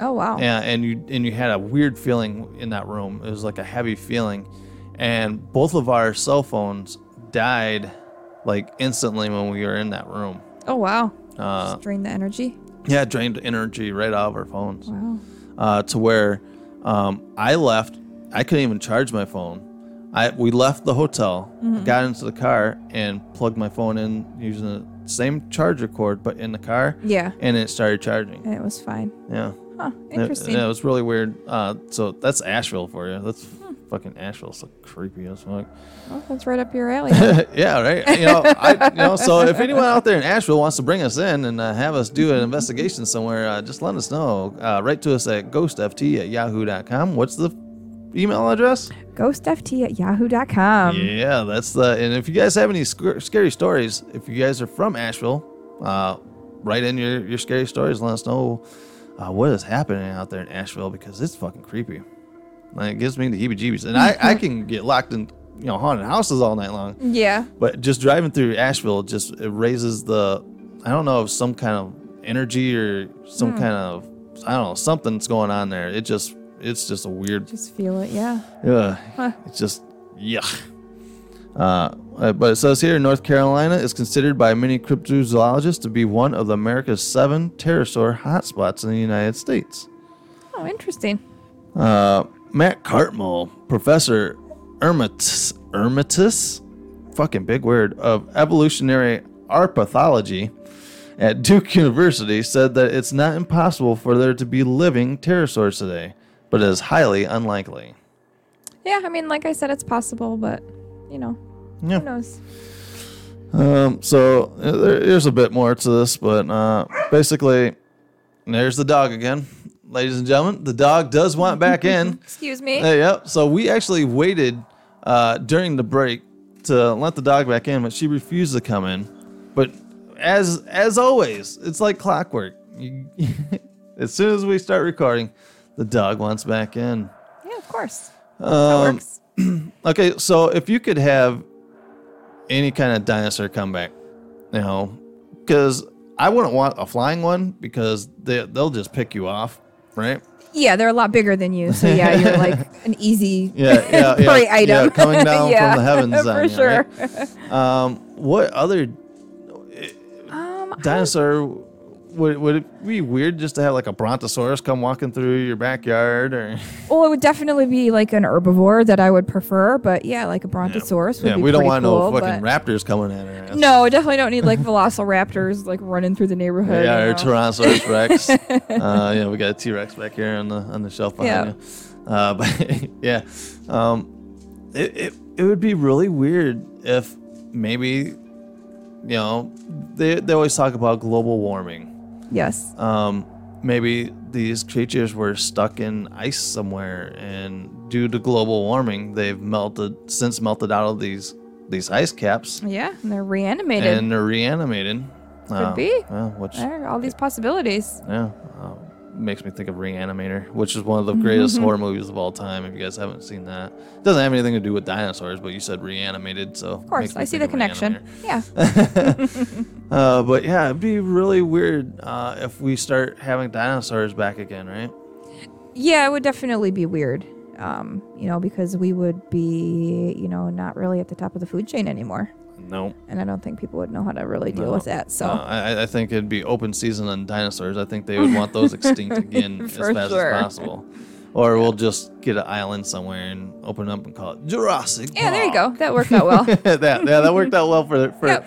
Speaker 9: Oh wow!
Speaker 8: Yeah, and you and you had a weird feeling in that room. It was like a heavy feeling, and both of our cell phones died like instantly when we were in that room.
Speaker 9: Oh wow!
Speaker 8: Uh,
Speaker 9: Just drained the energy.
Speaker 8: Yeah, drained energy right out of our phones.
Speaker 9: Wow.
Speaker 8: Uh, to where um, I left, I couldn't even charge my phone. I we left the hotel,
Speaker 9: mm-hmm.
Speaker 8: got into the car, and plugged my phone in using the same charger cord, but in the car.
Speaker 9: Yeah.
Speaker 8: And it started charging.
Speaker 9: And it was fine.
Speaker 8: Yeah.
Speaker 9: Huh, interesting.
Speaker 8: It, it was really weird. Uh, so that's Asheville for you. That's hmm. fucking Asheville. It's so creepy as fuck.
Speaker 9: Well, that's right up your alley.
Speaker 8: yeah, right. You know, I, you know, so if anyone out there in Asheville wants to bring us in and uh, have us do an investigation somewhere, uh, just let us know. Uh, write to us at ghostft at yahoo.com. What's the email address?
Speaker 9: Ghostft at yahoo.com.
Speaker 8: Yeah, that's the. And if you guys have any sc- scary stories, if you guys are from Asheville, uh, write in your, your scary stories. Let us know. Uh, what is happening out there in Asheville because it's fucking creepy. Like it gives me the heebie-jeebies, and I, I can get locked in you know haunted houses all night long.
Speaker 9: Yeah.
Speaker 8: But just driving through Asheville just it raises the I don't know if some kind of energy or some
Speaker 9: Hmm.
Speaker 8: kind of I don't know something's going on there. It just it's just a weird.
Speaker 9: Just feel it, yeah.
Speaker 8: Ugh.
Speaker 9: Huh.
Speaker 8: It's just yuck. Uh, uh, but it says here, North Carolina is considered by many cryptozoologists to be one of America's seven pterosaur hotspots in the United States.
Speaker 9: Oh, interesting.
Speaker 8: Uh, Matt Cartmell, Professor Ermitus, Ermitus, fucking big word, of evolutionary arpathology at Duke University said that it's not impossible for there to be living pterosaurs today, but it is highly unlikely.
Speaker 9: Yeah, I mean, like I said, it's possible, but you know,
Speaker 8: Yeah.
Speaker 9: who knows?
Speaker 8: Um, so uh, there, there's a bit more to this, but uh, basically, and there's the dog again, ladies and gentlemen. The dog does want back in.
Speaker 9: Excuse me.
Speaker 8: Uh, yep. So we actually waited uh, during the break to let the dog back in, but she refused to come in. But as as always, it's like clockwork. You, as soon as we start recording, the dog wants back in.
Speaker 9: Yeah, of course.
Speaker 8: Um, okay, so if you could have any kind of dinosaur come back, you know, because I wouldn't want a flying one because they they'll just pick you off, right?
Speaker 9: Yeah, they're a lot bigger than you, so yeah, you're like an easy
Speaker 8: Yeah, yeah, yeah,
Speaker 9: prey
Speaker 8: yeah,
Speaker 9: item.
Speaker 8: coming down from
Speaker 9: Yeah,
Speaker 8: the heavens
Speaker 9: for
Speaker 8: on you,
Speaker 9: sure.
Speaker 8: right? Um, what other
Speaker 9: um,
Speaker 8: dinosaur would would it be weird just to have like a brontosaurus come walking through your backyard or?
Speaker 9: Well, it would definitely be like an herbivore that I would prefer, but yeah, like a brontosaurus would
Speaker 8: yeah,
Speaker 9: be
Speaker 8: we don't
Speaker 9: pretty
Speaker 8: want
Speaker 9: cool,
Speaker 8: no fucking
Speaker 9: but-
Speaker 8: raptors coming at her.
Speaker 9: No, definitely don't need like velociraptors like running through the neighborhood.
Speaker 8: Yeah,
Speaker 9: you
Speaker 8: or
Speaker 9: know.
Speaker 8: Tyrannosaurus Rex. uh, yeah, we got a T Rex back here on the on the shelf behind
Speaker 9: Yeah.
Speaker 8: you. Uh, but yeah, um, it, it it would be really weird if maybe you know they they always talk about global warming.
Speaker 9: Yes.
Speaker 8: Um, maybe these creatures were stuck in ice somewhere, and due to global warming, they've melted since melted out of these these ice caps,
Speaker 9: Yeah, and they're reanimated.
Speaker 8: and they're reanimated. Um,
Speaker 9: Could be.
Speaker 8: well, which
Speaker 9: There are all these possibilities.
Speaker 8: yeah. Um, makes me think of Reanimator, which is one of the greatest horror movies of all time. If you guys haven't seen that, it doesn't have anything to do with dinosaurs, but you said reanimated, so
Speaker 9: Of course, I see the connection. Yeah.
Speaker 8: Uh, but yeah, it'd be really weird uh, if we start having dinosaurs back again, right?
Speaker 9: Yeah, it would definitely be weird. Um, you know, because we would be, you know, not really at the top of the food chain anymore.
Speaker 8: No.
Speaker 9: And I don't think people would know how to really deal
Speaker 8: No.
Speaker 9: with that. So
Speaker 8: Uh, I, I think it'd be open season on dinosaurs. I think they would want those extinct again as
Speaker 9: For
Speaker 8: fast
Speaker 9: sure.
Speaker 8: as possible. Or we'll just get an island somewhere and open up and call it Jurassic.
Speaker 9: Yeah, there you go. That worked out well.
Speaker 8: that yeah, that worked out well for for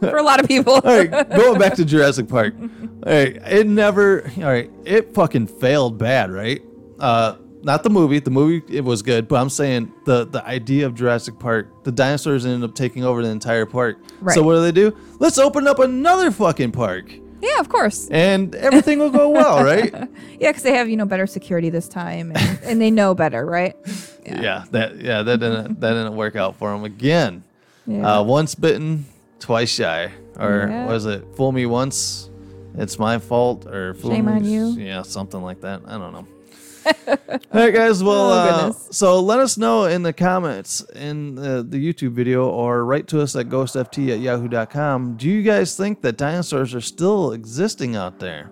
Speaker 9: for a lot of people.
Speaker 8: all right, going back to Jurassic Park. All right, it never. All right, it fucking failed bad, right? Uh, not the movie. The movie it was good, but I'm saying the the idea of Jurassic Park, the dinosaurs ended up taking over the entire park.
Speaker 9: Right.
Speaker 8: So what do they do? Let's open up another fucking park,
Speaker 9: Yeah, of course.
Speaker 8: and everything will go well, right?
Speaker 9: Yeah, because they have, you know, better security this time and, and they know better, right?
Speaker 8: Yeah. that yeah that didn't that didn't work out for him again.
Speaker 9: Yeah.
Speaker 8: Uh, once bitten, twice shy, or
Speaker 9: Yeah.
Speaker 8: was it fool me once, it's my fault, or fool
Speaker 9: Shame
Speaker 8: me,
Speaker 9: on you.
Speaker 8: Yeah, something like that. I don't know. All right, guys. Well,
Speaker 9: Oh,
Speaker 8: uh,
Speaker 9: goodness.
Speaker 8: so let us know in the comments in the, the YouTube video or write to us at ghostft at yahoo.com. Do you guys think that dinosaurs are still existing out there?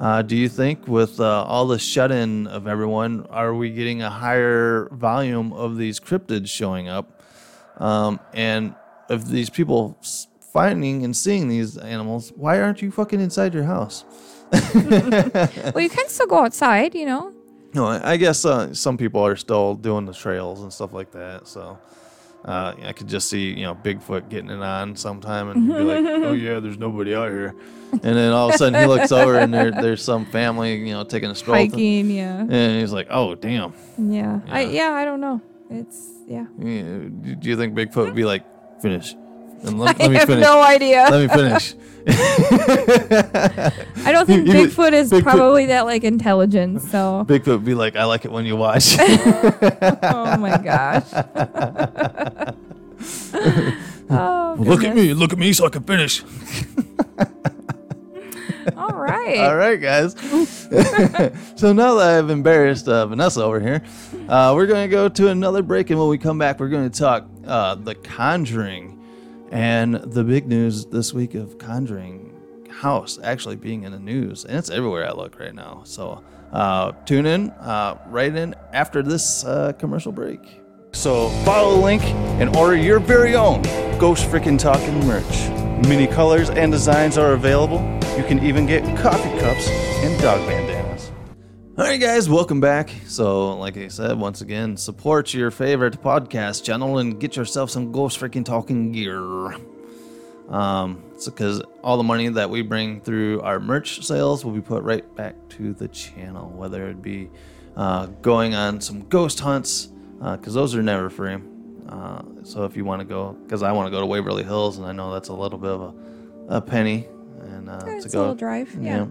Speaker 8: Uh, do you think, with uh, all the shut in of everyone, are we getting a higher volume of these cryptids showing up? Um, and of these people s- finding and seeing these animals, why aren't you fucking inside your house?
Speaker 9: Well, you can still go outside, you know.
Speaker 8: No, I I guess uh, some people are still doing the trails and stuff like that. So uh, I could just see, you know, Bigfoot getting it on sometime and be like, "Oh yeah, there's nobody out here," and then all of a sudden he looks over and there, there's some family, you know, taking a stroll. th-
Speaker 9: Hiking, yeah.
Speaker 8: And he's like, "Oh damn."
Speaker 9: Yeah. I yeah, I don't know. It's yeah.
Speaker 8: Yeah, uh, Do do you think Bigfoot would be like, "Finish"? And let,
Speaker 9: I have no idea.
Speaker 8: Let me finish.
Speaker 9: I don't think
Speaker 8: You- you-
Speaker 9: Bigfoot is
Speaker 8: Bigfoot-
Speaker 9: probably that like intelligent, so
Speaker 8: Bigfoot would be like, "I like it when you watch."
Speaker 9: oh my gosh. oh,
Speaker 8: look at
Speaker 9: goodness.
Speaker 8: me, look at me, so I can finish.
Speaker 9: All right.
Speaker 8: All right, guys. so now that I've embarrassed uh, Vanessa over here, uh, we're going to go to another break. And when we come back, we're going to talk uh, The Conjuring and the big news this week of Conjuring house actually being in the news, and it's everywhere I look right now. So uh, tune in uh, right in after this uh, commercial break. So follow the link and order your very own Ghost Freaking Talking merch. Many colors and designs are available. You can even get coffee cups and dog bandanas. All right, guys, welcome back. So, like I said, once again, support your favorite podcast channel and get yourself some Ghost Freaking Talking gear. Um, it's because all the money that we bring through our merch sales will be put right back to the channel, whether it be uh, going on some ghost hunts, because uh, those are never free. Uh, so if you want to go, because I want to go to Waverly Hills, and I know that's a little bit of a, a penny, and uh,
Speaker 9: it's
Speaker 8: to
Speaker 9: go, a little drive, yeah.
Speaker 8: yeah.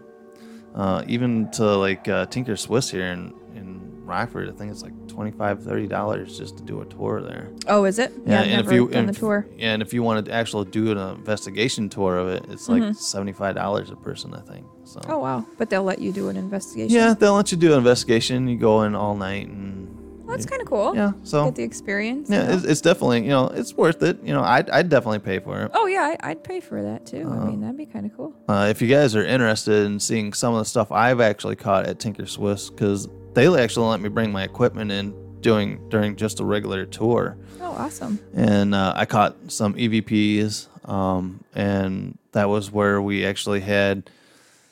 Speaker 8: Uh, even to like uh, Tinker Swiss here in, in Rockford, I think it's like 25 30 dollars just to do a tour there.
Speaker 9: Oh, is it?
Speaker 8: Yeah,
Speaker 9: I've
Speaker 8: and
Speaker 9: never
Speaker 8: if you
Speaker 9: done
Speaker 8: and,
Speaker 9: the tour.
Speaker 8: yeah, and if you want to actually do an investigation tour of it, it's like
Speaker 9: Mhm.
Speaker 8: 75 dollars a person, I think. So
Speaker 9: Oh wow! But they'll let you do an investigation.
Speaker 8: yeah, they'll let you do an investigation. You go in all night and
Speaker 9: that's kind of cool.
Speaker 8: Yeah, so-
Speaker 9: get the experience. you
Speaker 8: Yeah,
Speaker 9: know?
Speaker 8: it's, it's definitely you know it's worth it. You know, I'd, I'd definitely pay for it. Um,
Speaker 9: oh yeah, I, I'd pay for that too. I mean, that'd be kind of cool.
Speaker 8: Uh, if you guys are interested in seeing some of the stuff I've actually caught at Tinker Swiss, because they actually let me bring my equipment in doing during just a regular tour,
Speaker 9: Oh, awesome.
Speaker 8: and uh, I caught some EVPs, um, and that was where we actually had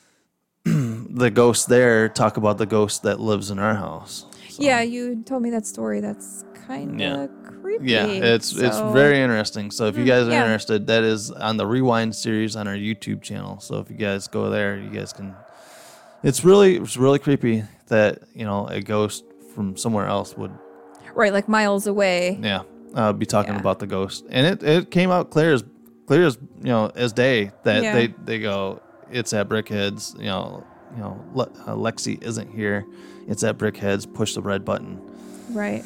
Speaker 8: the ghost there talk about the ghost that lives in our house.
Speaker 9: Yeah, you told me that story. That's kind of
Speaker 8: Yeah.
Speaker 9: creepy.
Speaker 8: Yeah, it's it's
Speaker 9: so-
Speaker 8: very interesting. So if you
Speaker 9: Hmm,
Speaker 8: guys are
Speaker 9: yeah.
Speaker 8: interested, that is on the Rewind series on our YouTube channel. So if you guys go there, you guys can. It's really it's really creepy that you know a ghost from somewhere else would
Speaker 9: right, like miles away.
Speaker 8: yeah uh, be talking about the ghost, and it it came out clear as clear as you know as day that
Speaker 9: Yeah.
Speaker 8: they they go it's at Brickheads you know you know Le- uh, Lexi isn't here, it's at Brickheads. Push the red button
Speaker 9: Right.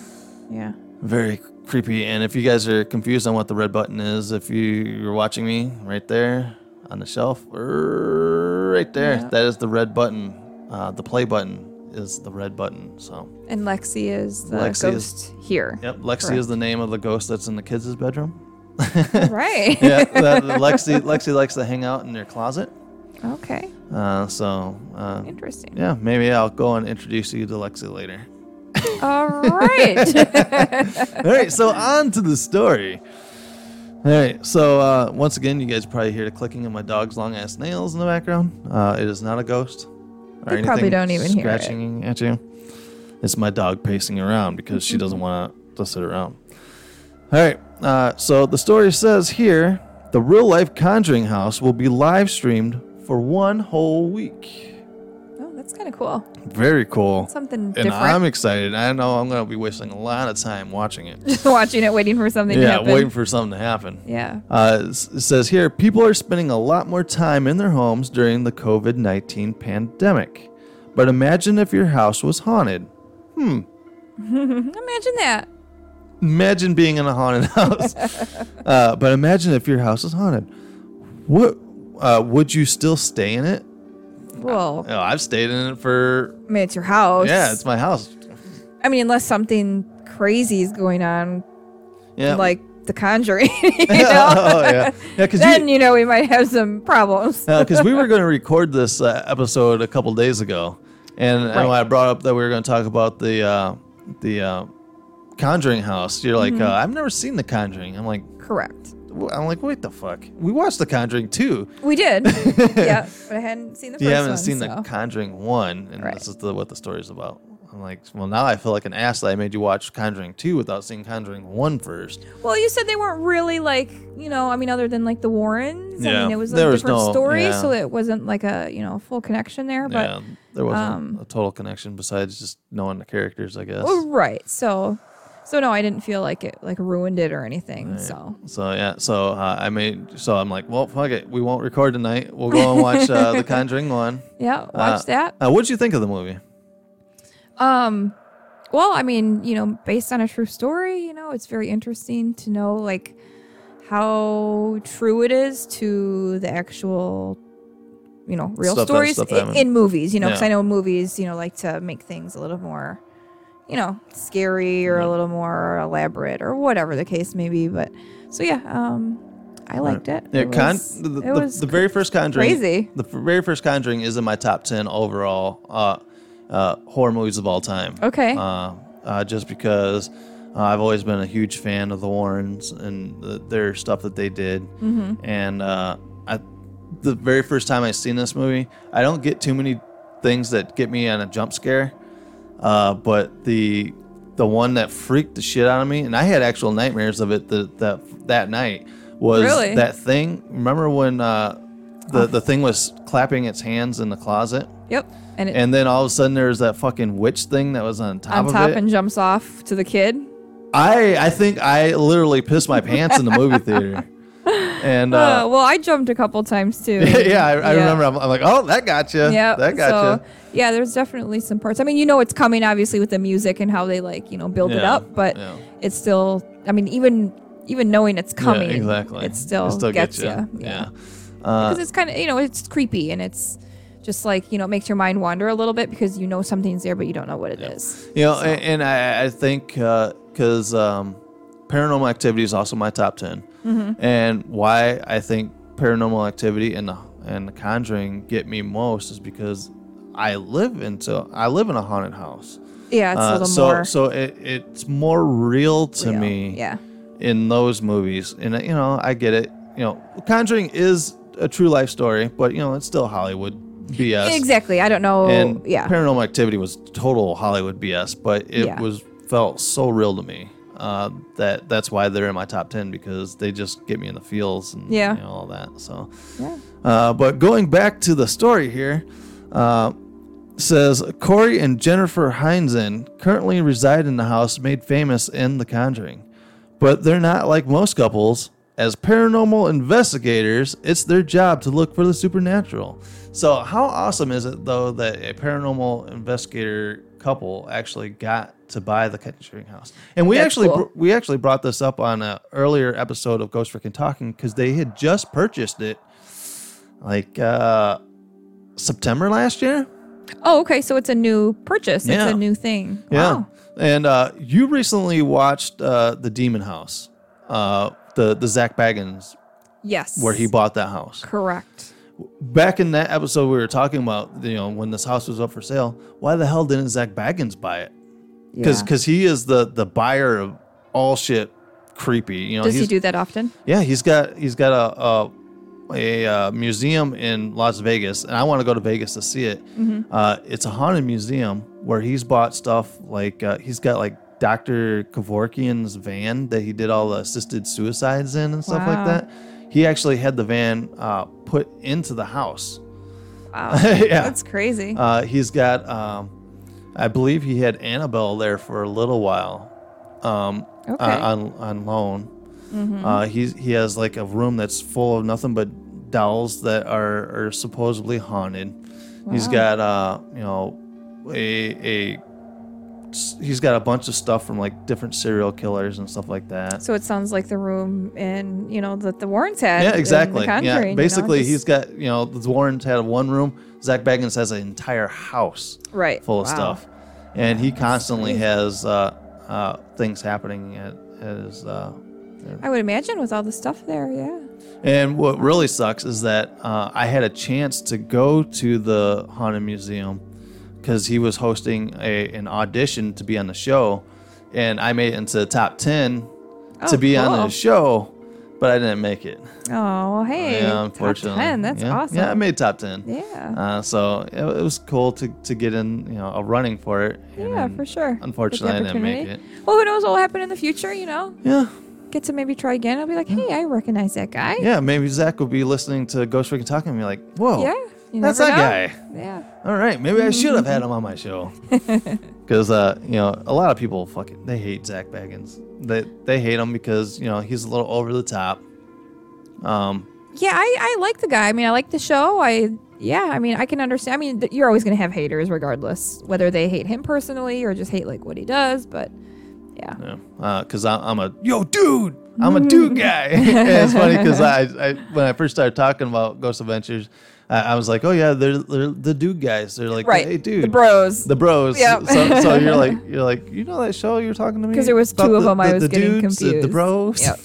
Speaker 9: Yeah.
Speaker 8: very creepy. And if you guys are confused on what the red button is, if you, you're watching me right there on the shelf, er, right there,
Speaker 9: Yeah.
Speaker 8: that is the red button. Uh, the play button is the red button. So
Speaker 9: And Lexi is the
Speaker 8: Lexi
Speaker 9: ghost here.
Speaker 8: Yep, Lexi is the name of the ghost that's in the kids' bedroom.
Speaker 9: Correct. right.
Speaker 8: yeah, that, Lexi. Lexi likes to hang out in their closet.
Speaker 9: Okay.
Speaker 8: Uh, so uh,
Speaker 9: Interesting.
Speaker 8: Yeah, maybe I'll go and introduce you to Lexi later.
Speaker 9: All right.
Speaker 8: All right, so on to the story. All right, so uh, once again, you guys probably hear the clicking of my dog's long ass nails in the background. Uh, it is not a ghost. Or
Speaker 9: They probably
Speaker 8: anything
Speaker 9: don't even hear it.
Speaker 8: scratching at you. It's my dog pacing around because she doesn't want to sit around. All right, uh, so the story says here the real life Conjuring House will be live streamed for one whole week.
Speaker 9: oh, that's kind of cool.
Speaker 8: Very cool.
Speaker 9: Something
Speaker 8: and
Speaker 9: different.
Speaker 8: I'm excited. I know I'm going to be wasting a lot of time watching it.
Speaker 9: Just watching it, waiting for something to
Speaker 8: yeah,
Speaker 9: happen.
Speaker 8: waiting for something to happen.
Speaker 9: yeah.
Speaker 8: Uh, it s- it says here people are spending a lot more time in their homes during the COVID 19 pandemic. But imagine if your house was haunted. Hmm.
Speaker 9: Imagine that.
Speaker 8: Imagine being in a haunted house. uh, but imagine if your house was haunted. What uh, would you still stay in it?
Speaker 9: Well,
Speaker 8: Oh, I've stayed in it for
Speaker 9: I mean, it's your house.
Speaker 8: yeah, it's my house.
Speaker 9: I mean, unless something crazy is going on,
Speaker 8: Yeah,
Speaker 9: like The Conjuring. you know?
Speaker 8: Oh, yeah. Yeah, 'cause you-
Speaker 9: then you know we might have some problems.
Speaker 8: because we were going to record this uh, episode a couple days ago, and, and when I brought up that we were going to talk about the uh, the uh, Conjuring house, you're like,
Speaker 9: Mhm.
Speaker 8: uh, I've never seen the Conjuring. I'm like,
Speaker 9: correct.
Speaker 8: w- I'm like, wait the fuck, we watched the Conjuring too.
Speaker 9: We did. yeah, but I hadn't seen the first
Speaker 8: You haven't
Speaker 9: one,
Speaker 8: seen the
Speaker 9: so.
Speaker 8: Conjuring one, and this is the, what the story's about. I'm like, well, now I feel like an ass that I made you watch Conjuring two without seeing Conjuring one first.
Speaker 9: Well, you said they weren't really like you know. I mean, other than like the Warrens. I
Speaker 8: Yeah,
Speaker 9: mean, it was a
Speaker 8: there was
Speaker 9: different
Speaker 8: no-
Speaker 9: story,
Speaker 8: yeah.
Speaker 9: so it wasn't like a you know full connection there. But
Speaker 8: yeah, there wasn't
Speaker 9: um,
Speaker 8: a total connection besides just knowing the characters, I guess.
Speaker 9: oh, right. So, so no, I didn't feel like it like ruined it or anything.
Speaker 8: Right.
Speaker 9: So
Speaker 8: So yeah, so uh, I made so I'm like, well, fuck it, we won't record tonight. We'll go and watch uh, The Conjuring one.
Speaker 9: Yeah, watch
Speaker 8: Uh,
Speaker 9: that.
Speaker 8: Uh, what'd you think of the movie?
Speaker 9: Um, well, I mean, you know, based on a true story, you know, it's very interesting to know like how true it is to the actual, you know, real
Speaker 11: Stuff that-
Speaker 9: stories
Speaker 11: stuff that
Speaker 9: in,
Speaker 11: happened.
Speaker 9: in movies. You know, because
Speaker 11: Yeah.
Speaker 9: I know movies, you know, like to make things a little more, you know, scary or a little more elaborate or whatever the case may be. But so yeah, um, I liked it.
Speaker 8: Yeah,
Speaker 9: it
Speaker 8: con-
Speaker 9: was,
Speaker 8: the, the,
Speaker 9: it was
Speaker 8: the very first Conjuring.
Speaker 9: crazy.
Speaker 8: The f- very first Conjuring is in my top ten overall uh, uh, horror movies of all time.
Speaker 9: Okay.
Speaker 8: Uh, uh, just because uh, I've always been a huge fan of the Warrens and the, their stuff that they did,
Speaker 9: Mhm.
Speaker 8: and uh, I, the very first time I seen this movie, I don't get too many things that get me on a jump scare, uh, but the the one that freaked the shit out of me, and I had actual nightmares of it the, the, that night was
Speaker 9: Really? Oh.
Speaker 8: that thing. Remember when uh, the the thing was clapping its hands in the closet,
Speaker 9: Yep. And it
Speaker 8: and then all of a sudden there was that fucking witch thing that was on top
Speaker 9: on
Speaker 8: of
Speaker 9: top
Speaker 8: it.
Speaker 9: and jumps off to the kid.
Speaker 8: I I think I literally pissed my pants in the movie theater, and
Speaker 9: Uh,
Speaker 8: uh,
Speaker 9: well, I jumped a couple times too.
Speaker 8: yeah, I, I remember I'm, I'm like, oh, that got you,
Speaker 9: Yeah,
Speaker 8: that got
Speaker 9: so, Yeah, there's definitely some parts. I mean, you know, it's coming obviously with the music and how they like you know build it
Speaker 8: Yeah,
Speaker 9: up, but
Speaker 8: yeah.
Speaker 9: it's still. I mean, even even knowing it's coming,
Speaker 8: exactly.
Speaker 9: it still,
Speaker 8: It still
Speaker 9: gets
Speaker 8: gets
Speaker 9: you.
Speaker 8: ya,
Speaker 9: Yeah,
Speaker 8: you. Uh,
Speaker 9: because it's kind of you know it's creepy and it's just like you know it makes your mind wander a little bit because you know something's there but you don't know what it is.
Speaker 8: you know, a- and, I I think because um, Paranormal Activity is also my top 10
Speaker 9: Mhm.
Speaker 8: and why I think Paranormal Activity and the and the Conjuring get me most is because I live into I live in a haunted house.
Speaker 9: Yeah, it's a
Speaker 8: Uh,
Speaker 9: little
Speaker 8: so,
Speaker 9: more-
Speaker 8: So it, it's more real to me.
Speaker 9: yeah.
Speaker 8: In those movies, and uh, you know, I get it. You know, Conjuring is a true life story, but you know, it's still Hollywood BS.
Speaker 9: Exactly. I don't know.
Speaker 8: And
Speaker 9: yeah.
Speaker 8: Paranormal Activity was total Hollywood BS, but it
Speaker 9: Yeah.
Speaker 8: was felt so real to me. Uh, that that's why they're in my top ten because they just get me in the feels and
Speaker 9: Yeah.
Speaker 8: you know, all that. So,
Speaker 9: Yeah.
Speaker 8: uh, but going back to the story here, uh, says Corey and Jennifer Heinzen currently reside in the house made famous in The Conjuring, but they're not like most couples. As paranormal investigators, it's their job to look for the supernatural. So, how awesome is it though that a paranormal investigator couple actually got to buy the Conjuring house? And we
Speaker 11: That's
Speaker 8: actually
Speaker 11: cool.
Speaker 8: br- we actually brought this up on an earlier episode of Ghost Freaking Talking because they had just purchased it like uh September last year.
Speaker 9: Oh, okay. So it's a new purchase.
Speaker 8: Yeah.
Speaker 9: It's a new thing. Wow.
Speaker 8: Yeah. And uh, you recently watched uh, the Demon House, uh, the the Zach Baggins,
Speaker 9: Yes.
Speaker 8: where he bought that house.
Speaker 9: Correct.
Speaker 8: Back in that episode, we were talking about you know when this house was up for sale. Why the hell didn't Zach Baggins buy it? Because
Speaker 9: Yeah.
Speaker 8: he is the the buyer of all shit creepy. You know,
Speaker 9: Does he
Speaker 8: he's-
Speaker 9: do that often?
Speaker 8: Yeah, he's got he's got a a, a, uh museum in Las Vegas, and I want to go to Vegas to see it.
Speaker 9: Mhm.
Speaker 8: Uh, it's a haunted museum where he's bought stuff like uh, he's got like Doctor Kevorkian's van that he did all the assisted suicides in and stuff
Speaker 9: Wow.
Speaker 8: like that. He actually had the van uh, put into the house.
Speaker 9: Wow.
Speaker 8: Yeah.
Speaker 9: That's crazy.
Speaker 8: Uh, he's got, um, I believe he had Annabelle there for a little while, um,
Speaker 9: Okay.
Speaker 8: uh, on on loan.
Speaker 9: Mhm.
Speaker 8: Uh, he's he has like a room that's full of nothing but dolls that are are supposedly haunted. He's
Speaker 11: Wow.
Speaker 8: got uh, you know, a a. He's got a bunch of stuff from like different serial killers and stuff like that.
Speaker 9: so it sounds like the room in you know that the Warrens had. in
Speaker 8: Yeah,
Speaker 9: The
Speaker 8: exactly.
Speaker 9: Conjuring, you
Speaker 8: yeah,
Speaker 9: know,
Speaker 8: basically,
Speaker 9: just-
Speaker 8: he's got you know the Warrens had one room. Zach Baggins has an entire house,
Speaker 9: Right.
Speaker 8: full of
Speaker 9: Wow.
Speaker 8: stuff, and he constantly has uh, uh, things happening at, at his. Uh,
Speaker 9: I would imagine with all the stuff there. Yeah.
Speaker 8: and what really sucks is that uh, I had a chance to go to the haunted museum because he was hosting a an audition to be on the show, and I made it into the top ten
Speaker 9: Oh,
Speaker 8: to be on
Speaker 9: cool.
Speaker 8: the show, but I didn't make it.
Speaker 9: Oh, hey.
Speaker 8: Yeah,
Speaker 9: top
Speaker 8: unfortunately.
Speaker 9: 10, That's
Speaker 8: yeah.
Speaker 9: awesome.
Speaker 8: Yeah, I made top 10.
Speaker 9: Yeah.
Speaker 8: Uh, so it, it was cool to, to get in, you know, a running for it. and
Speaker 9: Yeah,
Speaker 8: then
Speaker 9: for sure. With the
Speaker 8: Unfortunately, I didn't make it.
Speaker 9: opportunity. Well, who knows what will happen in the future? You know.
Speaker 8: Yeah.
Speaker 9: Get to maybe try again. I'll be like, hey, I recognize that guy.
Speaker 8: Hmm. Yeah, maybe Zach will be listening to Ghost Freaking Talking and be like, whoa,
Speaker 9: Yeah. you
Speaker 8: that's
Speaker 9: never
Speaker 8: that
Speaker 9: know.
Speaker 8: guy.
Speaker 9: Yeah.
Speaker 8: All right, maybe I should have had him on my show. Because, uh, you know, a lot of people fucking, they hate Zach Baggins. They, they hate him because, you know, he's a little over the top. Um,
Speaker 9: Yeah, I, I like the guy. I mean, I like the show. I yeah, I mean, I can understand. I mean, th- you're always gonna have haters, regardless whether they hate him personally or just hate like what he does. But yeah, Mm-hmm.
Speaker 8: because uh, I I'm a yo dude, I'm a dude guy. and it's funny because I, I when I first started talking about Ghost Adventures, I, I was like, oh yeah, they're, they're the dude guys. They're like,
Speaker 9: Right.
Speaker 8: hey dude,
Speaker 9: The bros.
Speaker 8: the bros.
Speaker 9: Yep.
Speaker 8: So, so you're like, you're like, you know that show you're talking to me?
Speaker 9: because there was
Speaker 8: about
Speaker 9: two of
Speaker 8: the-
Speaker 9: them, I
Speaker 8: the-
Speaker 9: was
Speaker 8: the
Speaker 9: getting
Speaker 8: dudes, the-
Speaker 9: confused.
Speaker 8: The bros.
Speaker 9: Yep.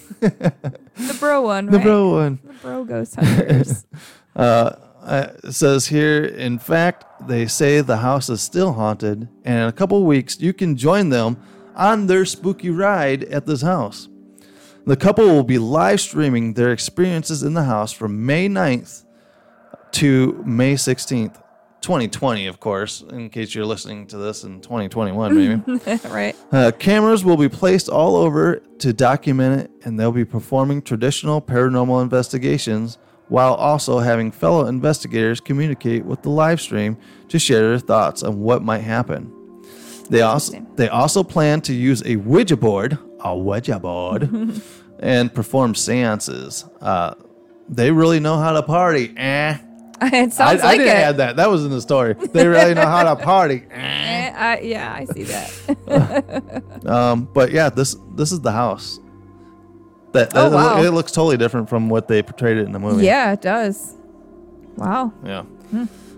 Speaker 8: the bro one,
Speaker 9: The
Speaker 8: right?
Speaker 9: bro one.
Speaker 8: The bro ghost hunters.
Speaker 9: uh, uh, it says here, in fact, they say the house is still haunted, and in a couple weeks, you can join them on their spooky ride at this house. The couple will be live streaming their experiences in the house from May 9th to May 16th, 2020, of course, in case you're listening to this in 2021, maybe.
Speaker 8: right.
Speaker 9: Uh, cameras will be placed all over to document it, and they'll be performing traditional paranormal investigations while also having fellow investigators communicate with the live stream to share their thoughts on what might happen. They also they also plan to use a Ouija board, a Ouija board, and perform seances. Uh, they really know how to party. Eh.
Speaker 8: it
Speaker 9: I,
Speaker 8: sounds
Speaker 9: I
Speaker 8: like
Speaker 9: didn't
Speaker 8: it.
Speaker 9: add that. That was in the story. They really know how to party.
Speaker 8: Eh, I- yeah, I see that.
Speaker 9: Um, but yeah, this this is the house. That,
Speaker 8: Oh,
Speaker 9: that-
Speaker 8: wow.
Speaker 9: it looks totally different from what they portrayed it in the movie.
Speaker 8: yeah, it does. Wow.
Speaker 9: Yeah.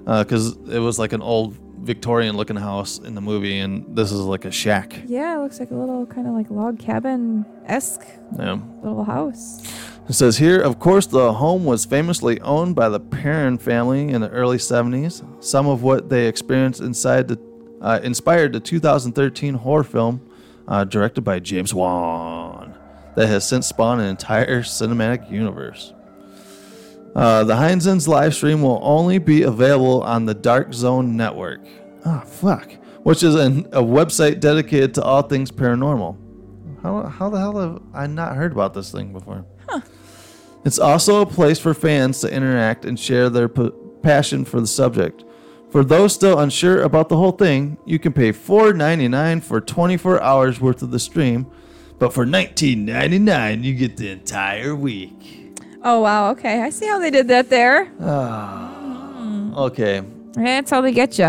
Speaker 9: Because Uh, it was like an old Victorian looking house in the movie, and this is like a shack.
Speaker 8: Yeah, it looks like a little kind of like log cabin esque
Speaker 9: Yeah.
Speaker 8: little house.
Speaker 9: It says here, of course, the home was famously owned by the Perrin family in the early 70s. Some of what they experienced inside the, uh, inspired the 2013 horror film uh, directed by James Wan that has since spawned an entire cinematic universe. Uh, the Heinzen's live stream will only be available on the Dark Zone Network. Ah, fuck. Which is an, a website dedicated to all things paranormal. How, how the hell have I not heard about this thing before? It's also a place for fans to interact and share their p- passion for the subject. For those still unsure about the whole thing, you can pay $4.99 for 24 hours worth of the stream, but for $19.99, you get the entire week.
Speaker 8: Oh, wow. Okay. I see how they did that there.
Speaker 9: Ah, okay.
Speaker 8: That's Eh, how they get you.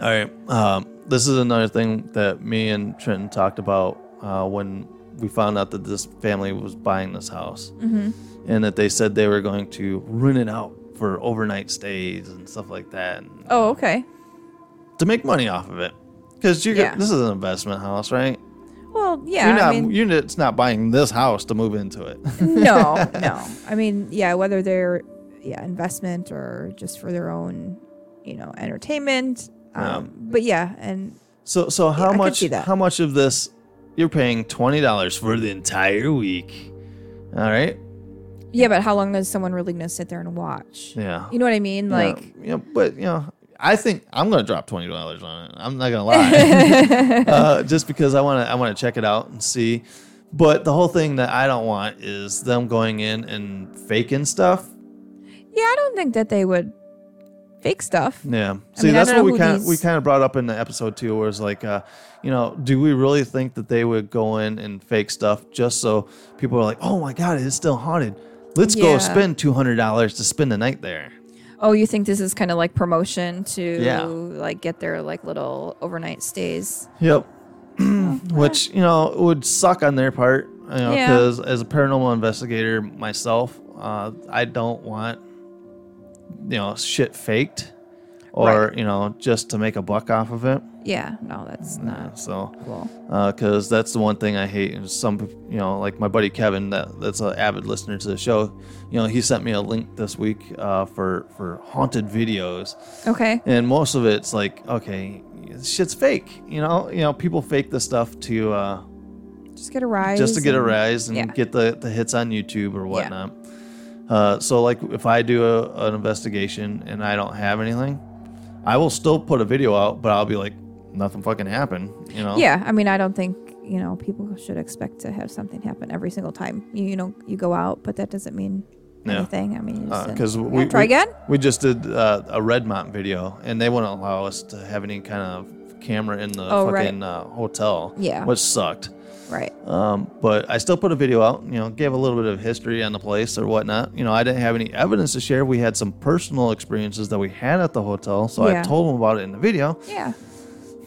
Speaker 9: All right. Um, this is another thing that me and Trenton talked about uh, when we found out that this family was buying this house
Speaker 12: Mhm.
Speaker 9: and that they said they were going to rent it out for overnight stays and stuff like that and
Speaker 8: Oh, okay.
Speaker 9: to make money off of it. Because you
Speaker 8: Yeah.
Speaker 9: get this is an investment house, right?
Speaker 8: Well, yeah.
Speaker 9: You're not,
Speaker 8: I mean,
Speaker 9: you're it's not buying this house to move into it.
Speaker 8: no, no. I mean, yeah, whether they're yeah investment or just for their own, you know, entertainment. Um, But yeah, and
Speaker 9: So so
Speaker 8: I
Speaker 9: how
Speaker 8: could
Speaker 9: much
Speaker 8: see that.
Speaker 9: how much of this you're paying twenty dollars for the entire week? All right.
Speaker 8: yeah, but how long is someone really gonna sit there and watch?
Speaker 9: Yeah.
Speaker 8: You know what I mean?
Speaker 9: Yeah,
Speaker 8: Like,
Speaker 9: yeah, but you know, I think I'm gonna drop twenty dollars on it. I'm not gonna lie, uh, just because I want to. I want to check it out and see. But the whole thing that I don't want is them going in and faking stuff.
Speaker 8: yeah, I don't think that they would fake stuff.
Speaker 9: Yeah.
Speaker 8: I
Speaker 9: See,
Speaker 8: mean, I
Speaker 9: that's what
Speaker 8: don't know
Speaker 9: we
Speaker 8: who
Speaker 9: kind of we
Speaker 8: these-
Speaker 9: kind of brought up in the episode too, where it's like, uh, you know, do we really think that they would go in and fake stuff just so people are like, oh my god, it's still haunted. Let's
Speaker 8: Yeah.
Speaker 9: go spend two hundred dollars to spend the night there.
Speaker 8: Oh, you think this is kind of like promotion to
Speaker 9: Yeah.
Speaker 8: like get their like little overnight stays?
Speaker 9: Yep. Which, you know, would suck on their part, you know,
Speaker 8: Yeah.
Speaker 9: because as a paranormal investigator myself, uh, I don't want, you know, shit faked or, you know, just to make a buck off of it.
Speaker 8: Yeah, no, that's
Speaker 9: Uh,
Speaker 8: not.
Speaker 9: so,
Speaker 8: cool.
Speaker 9: because that's the one thing I hate. And some, peop- you know, like my buddy Kevin, that, that's an avid listener to the show, you know, he sent me a link this week uh, for, for haunted videos
Speaker 8: Okay.
Speaker 9: and most of it's like okay shit's fake you know you know people fake this stuff to uh
Speaker 8: Just get a rise.
Speaker 9: just to get a
Speaker 8: and-
Speaker 9: rise and
Speaker 8: yeah.
Speaker 9: get the the hits on youtube or whatnot uh so like if i do a, an investigation and i don't have anything i will still put a video out but i'll be like nothing fucking happened you know
Speaker 8: Yeah, I mean, I don't think you know people should expect to have something happen every single time you you know you go out, but that doesn't mean
Speaker 9: Yeah.
Speaker 8: anything. I mean, you just
Speaker 9: because
Speaker 8: said,
Speaker 9: Uh, we
Speaker 8: "Yeah, try
Speaker 9: we-
Speaker 8: again.
Speaker 9: We just did uh, a Redmont video, and they wouldn't allow us to have any kind of camera in the
Speaker 8: Oh, right.
Speaker 9: fucking uh, hotel.
Speaker 8: Yeah.
Speaker 9: which sucked.
Speaker 8: Right.
Speaker 9: Um, but I still put a video out. You know, gave a little bit of history on the place or whatnot. You know, I didn't have any evidence to share. We had some personal experiences that we had at the hotel, so
Speaker 8: Yeah.
Speaker 9: I told them about it in the video.
Speaker 8: Yeah.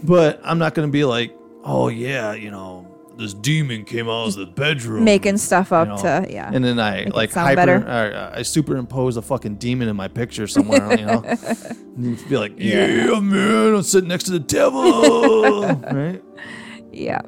Speaker 9: But I'm not gonna be like, oh yeah, you know, this demon came out of the bedroom,
Speaker 8: Making stuff up
Speaker 9: you know,
Speaker 8: to yeah.
Speaker 9: And then I
Speaker 8: Make it
Speaker 9: like
Speaker 8: sound
Speaker 9: hyper,
Speaker 8: better.
Speaker 9: or, uh, I superimpose a fucking demon in my picture somewhere, you know. And just be like, yeah, man, I'm sitting next to the devil, right?
Speaker 8: yeah,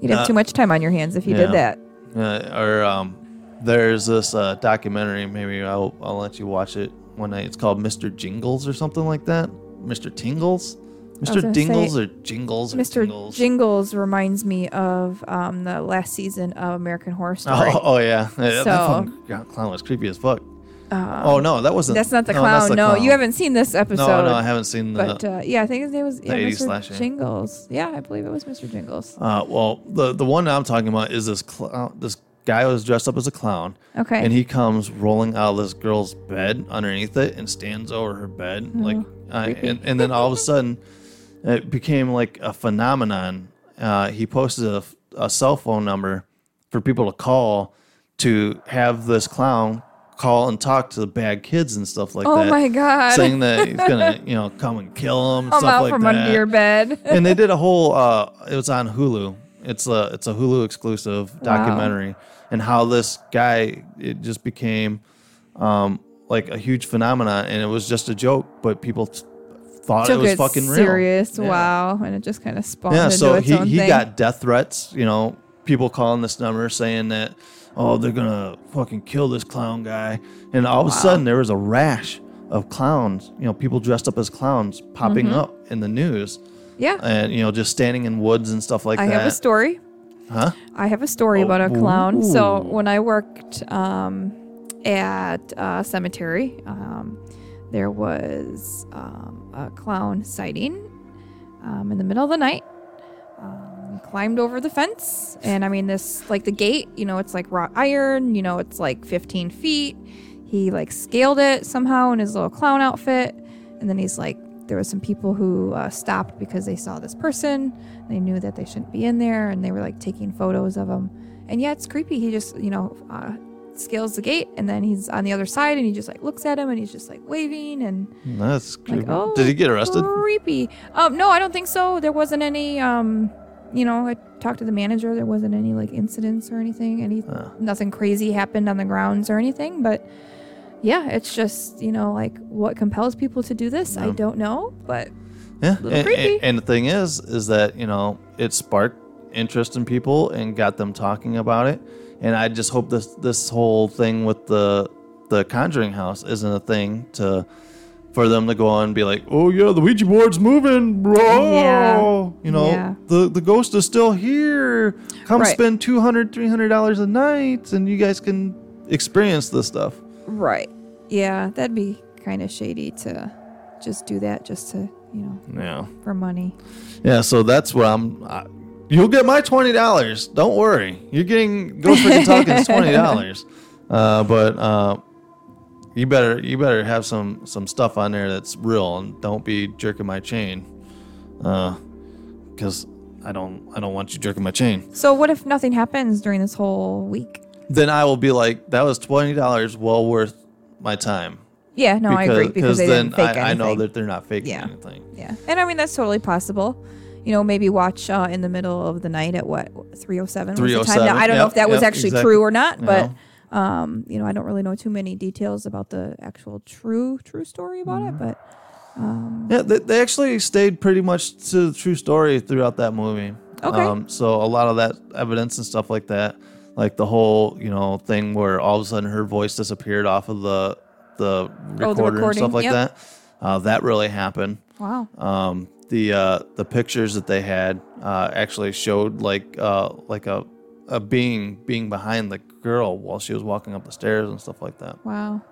Speaker 8: you'd have
Speaker 9: Uh,
Speaker 8: too much time on your hands if you
Speaker 9: yeah.
Speaker 8: did that.
Speaker 9: Uh, or um, there's this uh, documentary. Maybe I'll, I'll let you watch it one night. It's called Mr. Jingles or something like that. Mr. Tingles. Mr. Dingles
Speaker 8: say,
Speaker 9: or Jingles? Or
Speaker 8: Mr.
Speaker 9: Tingles?
Speaker 8: Jingles reminds me of um, the last season of American Horror Story.
Speaker 9: Oh, oh yeah,
Speaker 8: So- Um,
Speaker 9: yeah that fucking clown was creepy as fuck. oh no, that wasn't.
Speaker 8: That's not the
Speaker 9: no, that's
Speaker 8: clown.
Speaker 9: the
Speaker 8: no,
Speaker 9: clown.
Speaker 8: you haven't seen this episode.
Speaker 9: no, I haven't seen the-
Speaker 8: But uh, yeah, I think his name was
Speaker 9: the 80s
Speaker 8: yeah, Mr.
Speaker 9: slasher.
Speaker 8: Jingles. Yeah, I believe it was Mr. Jingles.
Speaker 9: Uh, well, the the one I'm talking about is this clown. This guy was dressed up as a clown.
Speaker 8: Okay.
Speaker 9: And he comes rolling out of this girl's bed underneath it and stands over her bed, like, uh,
Speaker 8: Oh, creepy.
Speaker 9: and, and then all of a sudden, it became like a phenomenon. Uh, he posted a, a cell phone number for people to call to have this clown call and talk to the bad kids and stuff like
Speaker 8: Oh
Speaker 9: that.
Speaker 8: my God.
Speaker 9: Saying that he's gonna, you know, come and kill them.
Speaker 8: I'm
Speaker 9: stuff
Speaker 8: out
Speaker 9: like
Speaker 8: from
Speaker 9: that
Speaker 8: under your bed.
Speaker 9: and they did a whole uh it was on hulu it's a it's a hulu exclusive
Speaker 8: Wow.
Speaker 9: documentary and how this guy it just became um like a huge phenomenon and it was just a joke but people t- thought
Speaker 8: Took
Speaker 9: it was fucking
Speaker 8: serious.
Speaker 9: real Yeah.
Speaker 8: Wow, and it just kind of spawned
Speaker 9: yeah
Speaker 8: into
Speaker 9: so
Speaker 8: its
Speaker 9: he
Speaker 8: own
Speaker 9: he
Speaker 8: thing.
Speaker 9: got death threats you know people calling this number saying that oh they're gonna fucking kill this clown guy and all of a
Speaker 8: Wow.
Speaker 9: sudden there was a rash of clowns you know people dressed up as clowns popping
Speaker 8: Mhm.
Speaker 9: up in the news
Speaker 8: yeah.
Speaker 9: and you know just standing in woods and stuff like
Speaker 8: I
Speaker 9: that.
Speaker 8: have a story.
Speaker 9: Huh?
Speaker 8: I have a story about a
Speaker 9: Oh,
Speaker 8: clown. So
Speaker 9: ooh.
Speaker 8: when I worked um, at a cemetery, um, there was um, a clown sighting um, in the middle of the night. Um, climbed over the fence, and I mean this like the gate. You know, it's like wrought iron. You know, it's like 15 feet. He like scaled it somehow in his little clown outfit, and then he's like. There was some people who uh, stopped because they saw this person they knew that they shouldn't be in there and they were like taking photos of him and yeah it's creepy he just you know uh, scales the gate and then he's on the other side and he just like looks at him and he's just like waving and
Speaker 9: That's creepy.
Speaker 8: like oh
Speaker 9: Did he get arrested?
Speaker 8: creepy um no i don't think so there wasn't any um you know i talked to the manager there wasn't any like incidents or anything any nothing crazy happened on the grounds or anything but yeah it's just you know like what compels people to do this i
Speaker 9: Yeah.
Speaker 8: don't know but
Speaker 9: Yeah.
Speaker 8: little
Speaker 9: And, and-
Speaker 8: creepy.
Speaker 9: and the thing is, is that you know it sparked interest in people and got them talking about it. And I just hope this this whole thing with the the Conjuring House isn't a thing to for them to go on and be like, oh yeah, the Ouija board's moving, bro.
Speaker 8: Yeah.
Speaker 9: You know,
Speaker 8: Yeah.
Speaker 9: the the ghost is still here. Come
Speaker 8: Right.
Speaker 9: spend 200 dollars a night, and you guys can experience this stuff.
Speaker 8: Right. Yeah, that'd be kind of shady to just do that just to, you know,
Speaker 9: Yeah.
Speaker 8: for money.
Speaker 9: Yeah, so that's what I'm. I, you'll get my twenty dollars. Don't worry, you're getting go freaking talking twenty dollars. Uh, but uh, you better you better have some some stuff on there that's real, and don't be jerking my chain, because I don't I don't want you jerking my chain.
Speaker 8: So what if nothing happens during this whole week?
Speaker 9: Then I will be like, that was twenty dollars, well worth my time.
Speaker 8: Yeah, no, I agree, because they
Speaker 9: then
Speaker 8: didn't fake
Speaker 9: I, I know
Speaker 8: anything.
Speaker 9: that they're not faking
Speaker 8: Yeah.
Speaker 9: anything.
Speaker 8: Yeah. And I mean that's totally possible. You know, maybe watch uh, in the middle of the night at what 307 was the time.
Speaker 9: 3:07,
Speaker 8: Now, I don't know
Speaker 9: yep,
Speaker 8: if that was
Speaker 9: yep,
Speaker 8: actually
Speaker 9: exactly.
Speaker 8: true or not,
Speaker 9: You
Speaker 8: but um, you know, I don't really know too many details about the actual true true story about
Speaker 9: Mm-hmm.
Speaker 8: it, but um,
Speaker 9: Yeah, they, they actually stayed pretty much to the true story throughout that movie. Um,
Speaker 8: Okay.
Speaker 9: so a lot of that evidence and stuff like that, like the whole you know thing where all of a sudden her voice disappeared off of the the recorder and
Speaker 8: Oh, recording,
Speaker 9: stuff like
Speaker 8: yep.
Speaker 9: that. Uh, that really happened.
Speaker 8: wow.
Speaker 9: Um, the uh, the pictures that they had uh, actually showed like uh, like a a being being behind the girl while she was walking up the stairs and stuff like that.
Speaker 8: Wow.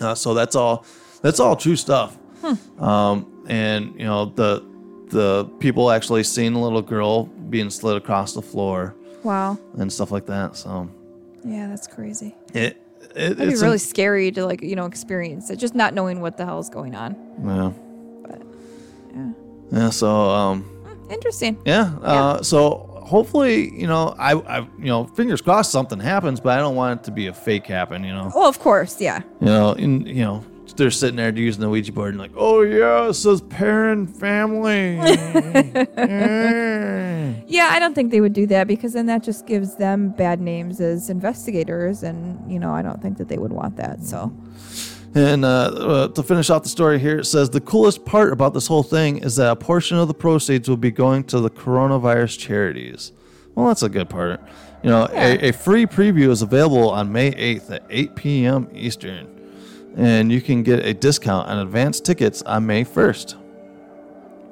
Speaker 9: Uh, so that's all. That's all true stuff.
Speaker 8: Hmm.
Speaker 9: Um, and you know the the people actually seen a little girl being slid across the floor
Speaker 8: Wow.
Speaker 9: and stuff like that. So
Speaker 8: Yeah, that's crazy.
Speaker 9: it, it
Speaker 8: That'd
Speaker 9: it's
Speaker 8: be really
Speaker 9: in-
Speaker 8: scary to like you know experience it, just not knowing what the hell is going on.
Speaker 9: yeah.
Speaker 8: yeah.
Speaker 9: Yeah. So um,
Speaker 8: Hmm, Interesting.
Speaker 9: yeah. Uh, so hopefully you know I I you know fingers crossed something happens, but I don't want it to be a fake happen. You know.
Speaker 8: Well, of course, yeah.
Speaker 9: You know. In, you know. They're sitting there using the Ouija board and like, oh yeah, it says parent family.
Speaker 8: Yeah, I don't think they would do that because then that just gives them bad names as investigators, and you know I don't think that they would want that. So
Speaker 9: And uh, uh, to finish off the story here, it says the coolest part about this whole thing is that a portion of the proceeds will be going to the coronavirus charities. Well, that's a good part. You know, a, a free preview is available on May 8th at 8 p.m. Eastern, and you can get a discount on advance tickets on May 1st.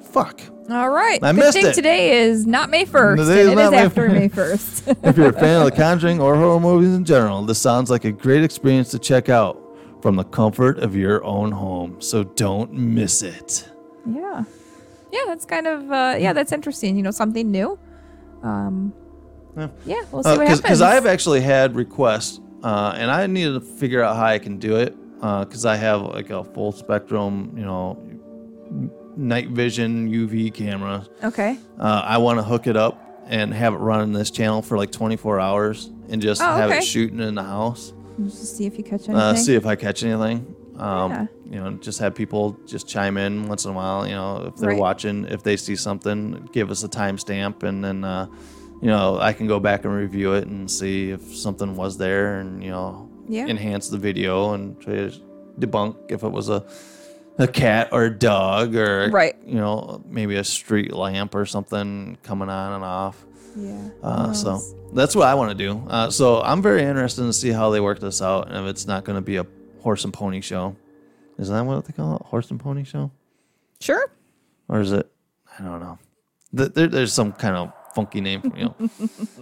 Speaker 9: Fuck.
Speaker 8: All right.
Speaker 9: I
Speaker 8: Good
Speaker 9: missed
Speaker 8: thing
Speaker 9: it.
Speaker 8: today is not May 1st.
Speaker 9: Today is
Speaker 8: and it
Speaker 9: not
Speaker 8: is
Speaker 9: May
Speaker 8: after
Speaker 9: 1st.
Speaker 8: May 1st.
Speaker 9: if you're a fan of The Conjuring or horror movies in general, this sounds like a great experience to check out from the comfort of your own home. So don't miss it.
Speaker 8: yeah. Yeah, that's kind of, uh, yeah, that's interesting. You know, something new. Um,
Speaker 9: yeah. Uh,
Speaker 8: we'll see what happens.
Speaker 9: Because I've actually had requests, uh, and I need to figure out how I can do it because I have like a full spectrum, you know, night vision UV camera.
Speaker 8: okay.
Speaker 9: Uh, I want to hook it up and have it running this channel for like 24 hours and just
Speaker 8: Oh,
Speaker 9: have
Speaker 8: okay.
Speaker 9: it shooting in the house.
Speaker 8: Let's just see if you catch anything.
Speaker 9: Uh, see if I catch anything. Um,
Speaker 8: Yeah.
Speaker 9: You know, just have people just chime in once in a while. You know, if they're
Speaker 8: Right.
Speaker 9: watching, if they see something, give us a timestamp, and then uh, you know I can go back and review it and see if something was there, and you know,
Speaker 8: Yeah.
Speaker 9: enhance the video and try to debunk if it was a a cat or a dog or
Speaker 8: Right.
Speaker 9: you know maybe a street lamp or something coming on and off.
Speaker 8: Yeah.
Speaker 9: Uh, so that's what I want to do. Uh, so I'm very interested to see how they work this out, and if it's not going to be a horse and pony show, is that what they call it? Horse and pony show,
Speaker 8: Sure.
Speaker 9: or is it? I don't know. Th- There, there's some kind of funky name, for, you know,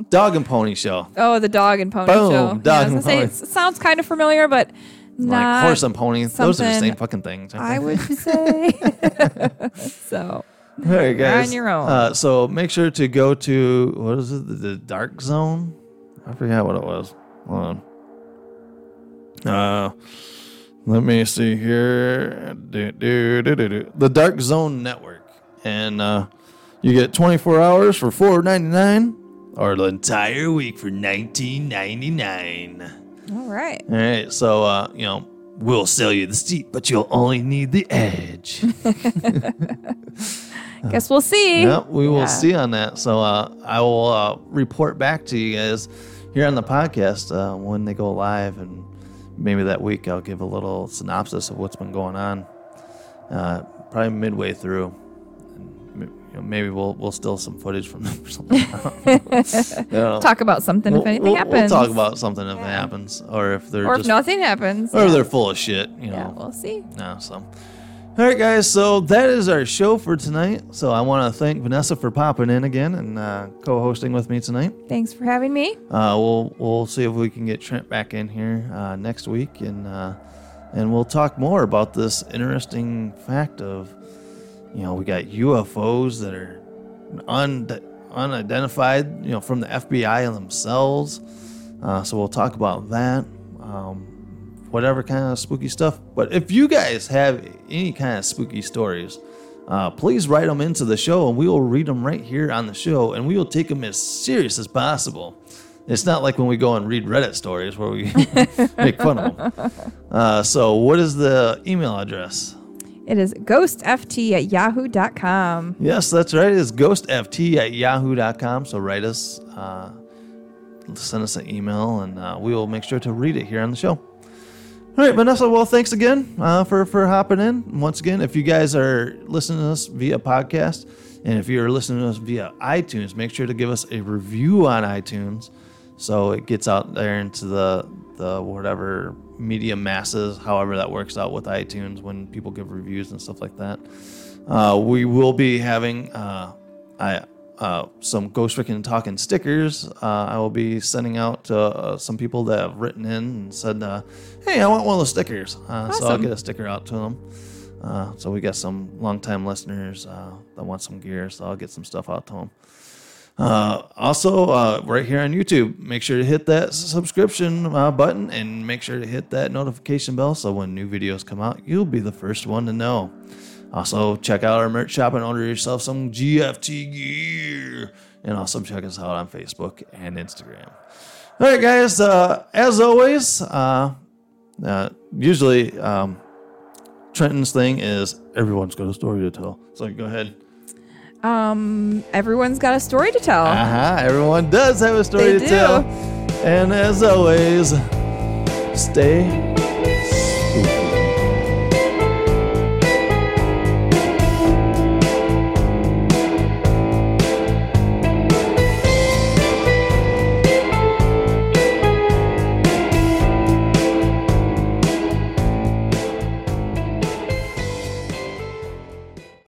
Speaker 9: dog and pony show,
Speaker 8: Oh, the dog and pony
Speaker 9: Boom,
Speaker 8: show.
Speaker 9: dog
Speaker 8: yeah, I
Speaker 9: and
Speaker 8: was gonna say,
Speaker 9: pony.
Speaker 8: it's- it sounds kind of familiar, but not
Speaker 9: like horse and pony. Those are the
Speaker 8: something
Speaker 9: same fucking things. aren't
Speaker 8: I
Speaker 9: they?
Speaker 8: would say. so,
Speaker 9: All right,
Speaker 8: You're on
Speaker 9: guys.
Speaker 8: your own.
Speaker 9: Uh, so make sure to go to what is it? The, the Dark Zone. I forgot what it was. Hold on. Uh, let me see here. Do, do, do, do, do. The Dark Zone Network, and uh, you get 24 hours for 4.99, or the entire week for 19.99.
Speaker 8: all right.
Speaker 9: All right, so uh, you know we'll sell you the seat, but you'll only need the edge. Uh,
Speaker 8: Guess we'll see.
Speaker 9: Yep, we will
Speaker 8: Yeah.
Speaker 9: see on that. So uh, I will uh, report back to you guys here on the podcast uh, when they go live, and maybe that week I'll give a little synopsis of what's been going on. Uh, probably midway through, and m- you know, maybe we'll we'll steal some footage from them or something. I don't know.
Speaker 8: Talk about something if
Speaker 9: We'll-
Speaker 8: anything
Speaker 9: we'll-
Speaker 8: happens.
Speaker 9: We'll talk about something if it happens, or if they're
Speaker 8: or if
Speaker 9: just,
Speaker 8: nothing happens.
Speaker 9: or
Speaker 8: yeah.
Speaker 9: they're full of shit. You know.
Speaker 8: yeah, we'll see.
Speaker 9: No, so. All right, guys. So that is our show for tonight. So I want to thank Vanessa for popping in again and uh, co-hosting with me tonight.
Speaker 8: Thanks for having me.
Speaker 9: Uh, we'll we'll see if we can get Trent back in here uh, next week, and uh, and we'll talk more about this interesting fact of, you know, we got UFOs that are un- unidentified, you know, from the FBI themselves. Uh, so we'll talk about that, um, whatever kind of spooky stuff. But if you guys have any kind of spooky stories, uh, please write them into the show, and we will read them right here on the show, and we will take them as serious as possible. It's not like when we go and read Reddit stories where we make fun of them. Uh, so, what is the email address?
Speaker 8: It is ghostft at yahoo.com.
Speaker 9: Yes, that's right. It's ghostft at yahoo.com. So write us, uh, send us an email, and uh, we will make sure to read it here on the show. All right, Vanessa. Well, thanks again uh, for for hopping in once again. If you guys are listening to us via podcast, and if you're listening to us via iTunes, make sure to give us a review on iTunes, so it gets out there into the the whatever media masses, however that works out with iTunes when people give reviews and stuff like that. Uh, we will be having uh, I, uh, some Ghost Rick and Talking stickers. Uh, I will be sending out to uh, some people that have written in and said, uh, "Hey, I want one of those stickers." Uh, So I'll
Speaker 8: Awesome.
Speaker 9: get a sticker out to them. Uh, so we got some longtime listeners uh, that want some gear, so I'll get some stuff out to them. Uh, also, uh, right here on YouTube, make sure to hit that subscription uh, button and make sure to hit that notification bell so when new videos come out, you'll be the first one to know. Also, check out our merch shop and order yourself some GFT gear. And also, check us out on Facebook and Instagram. All right, guys, uh, as always, uh, uh, usually um, Trenton's thing is everyone's got a story to tell. So go ahead.
Speaker 8: Um, everyone's got a story to tell.
Speaker 9: Uh-huh. Everyone does have a story
Speaker 8: They
Speaker 9: to
Speaker 8: do.
Speaker 9: tell. And as always, stay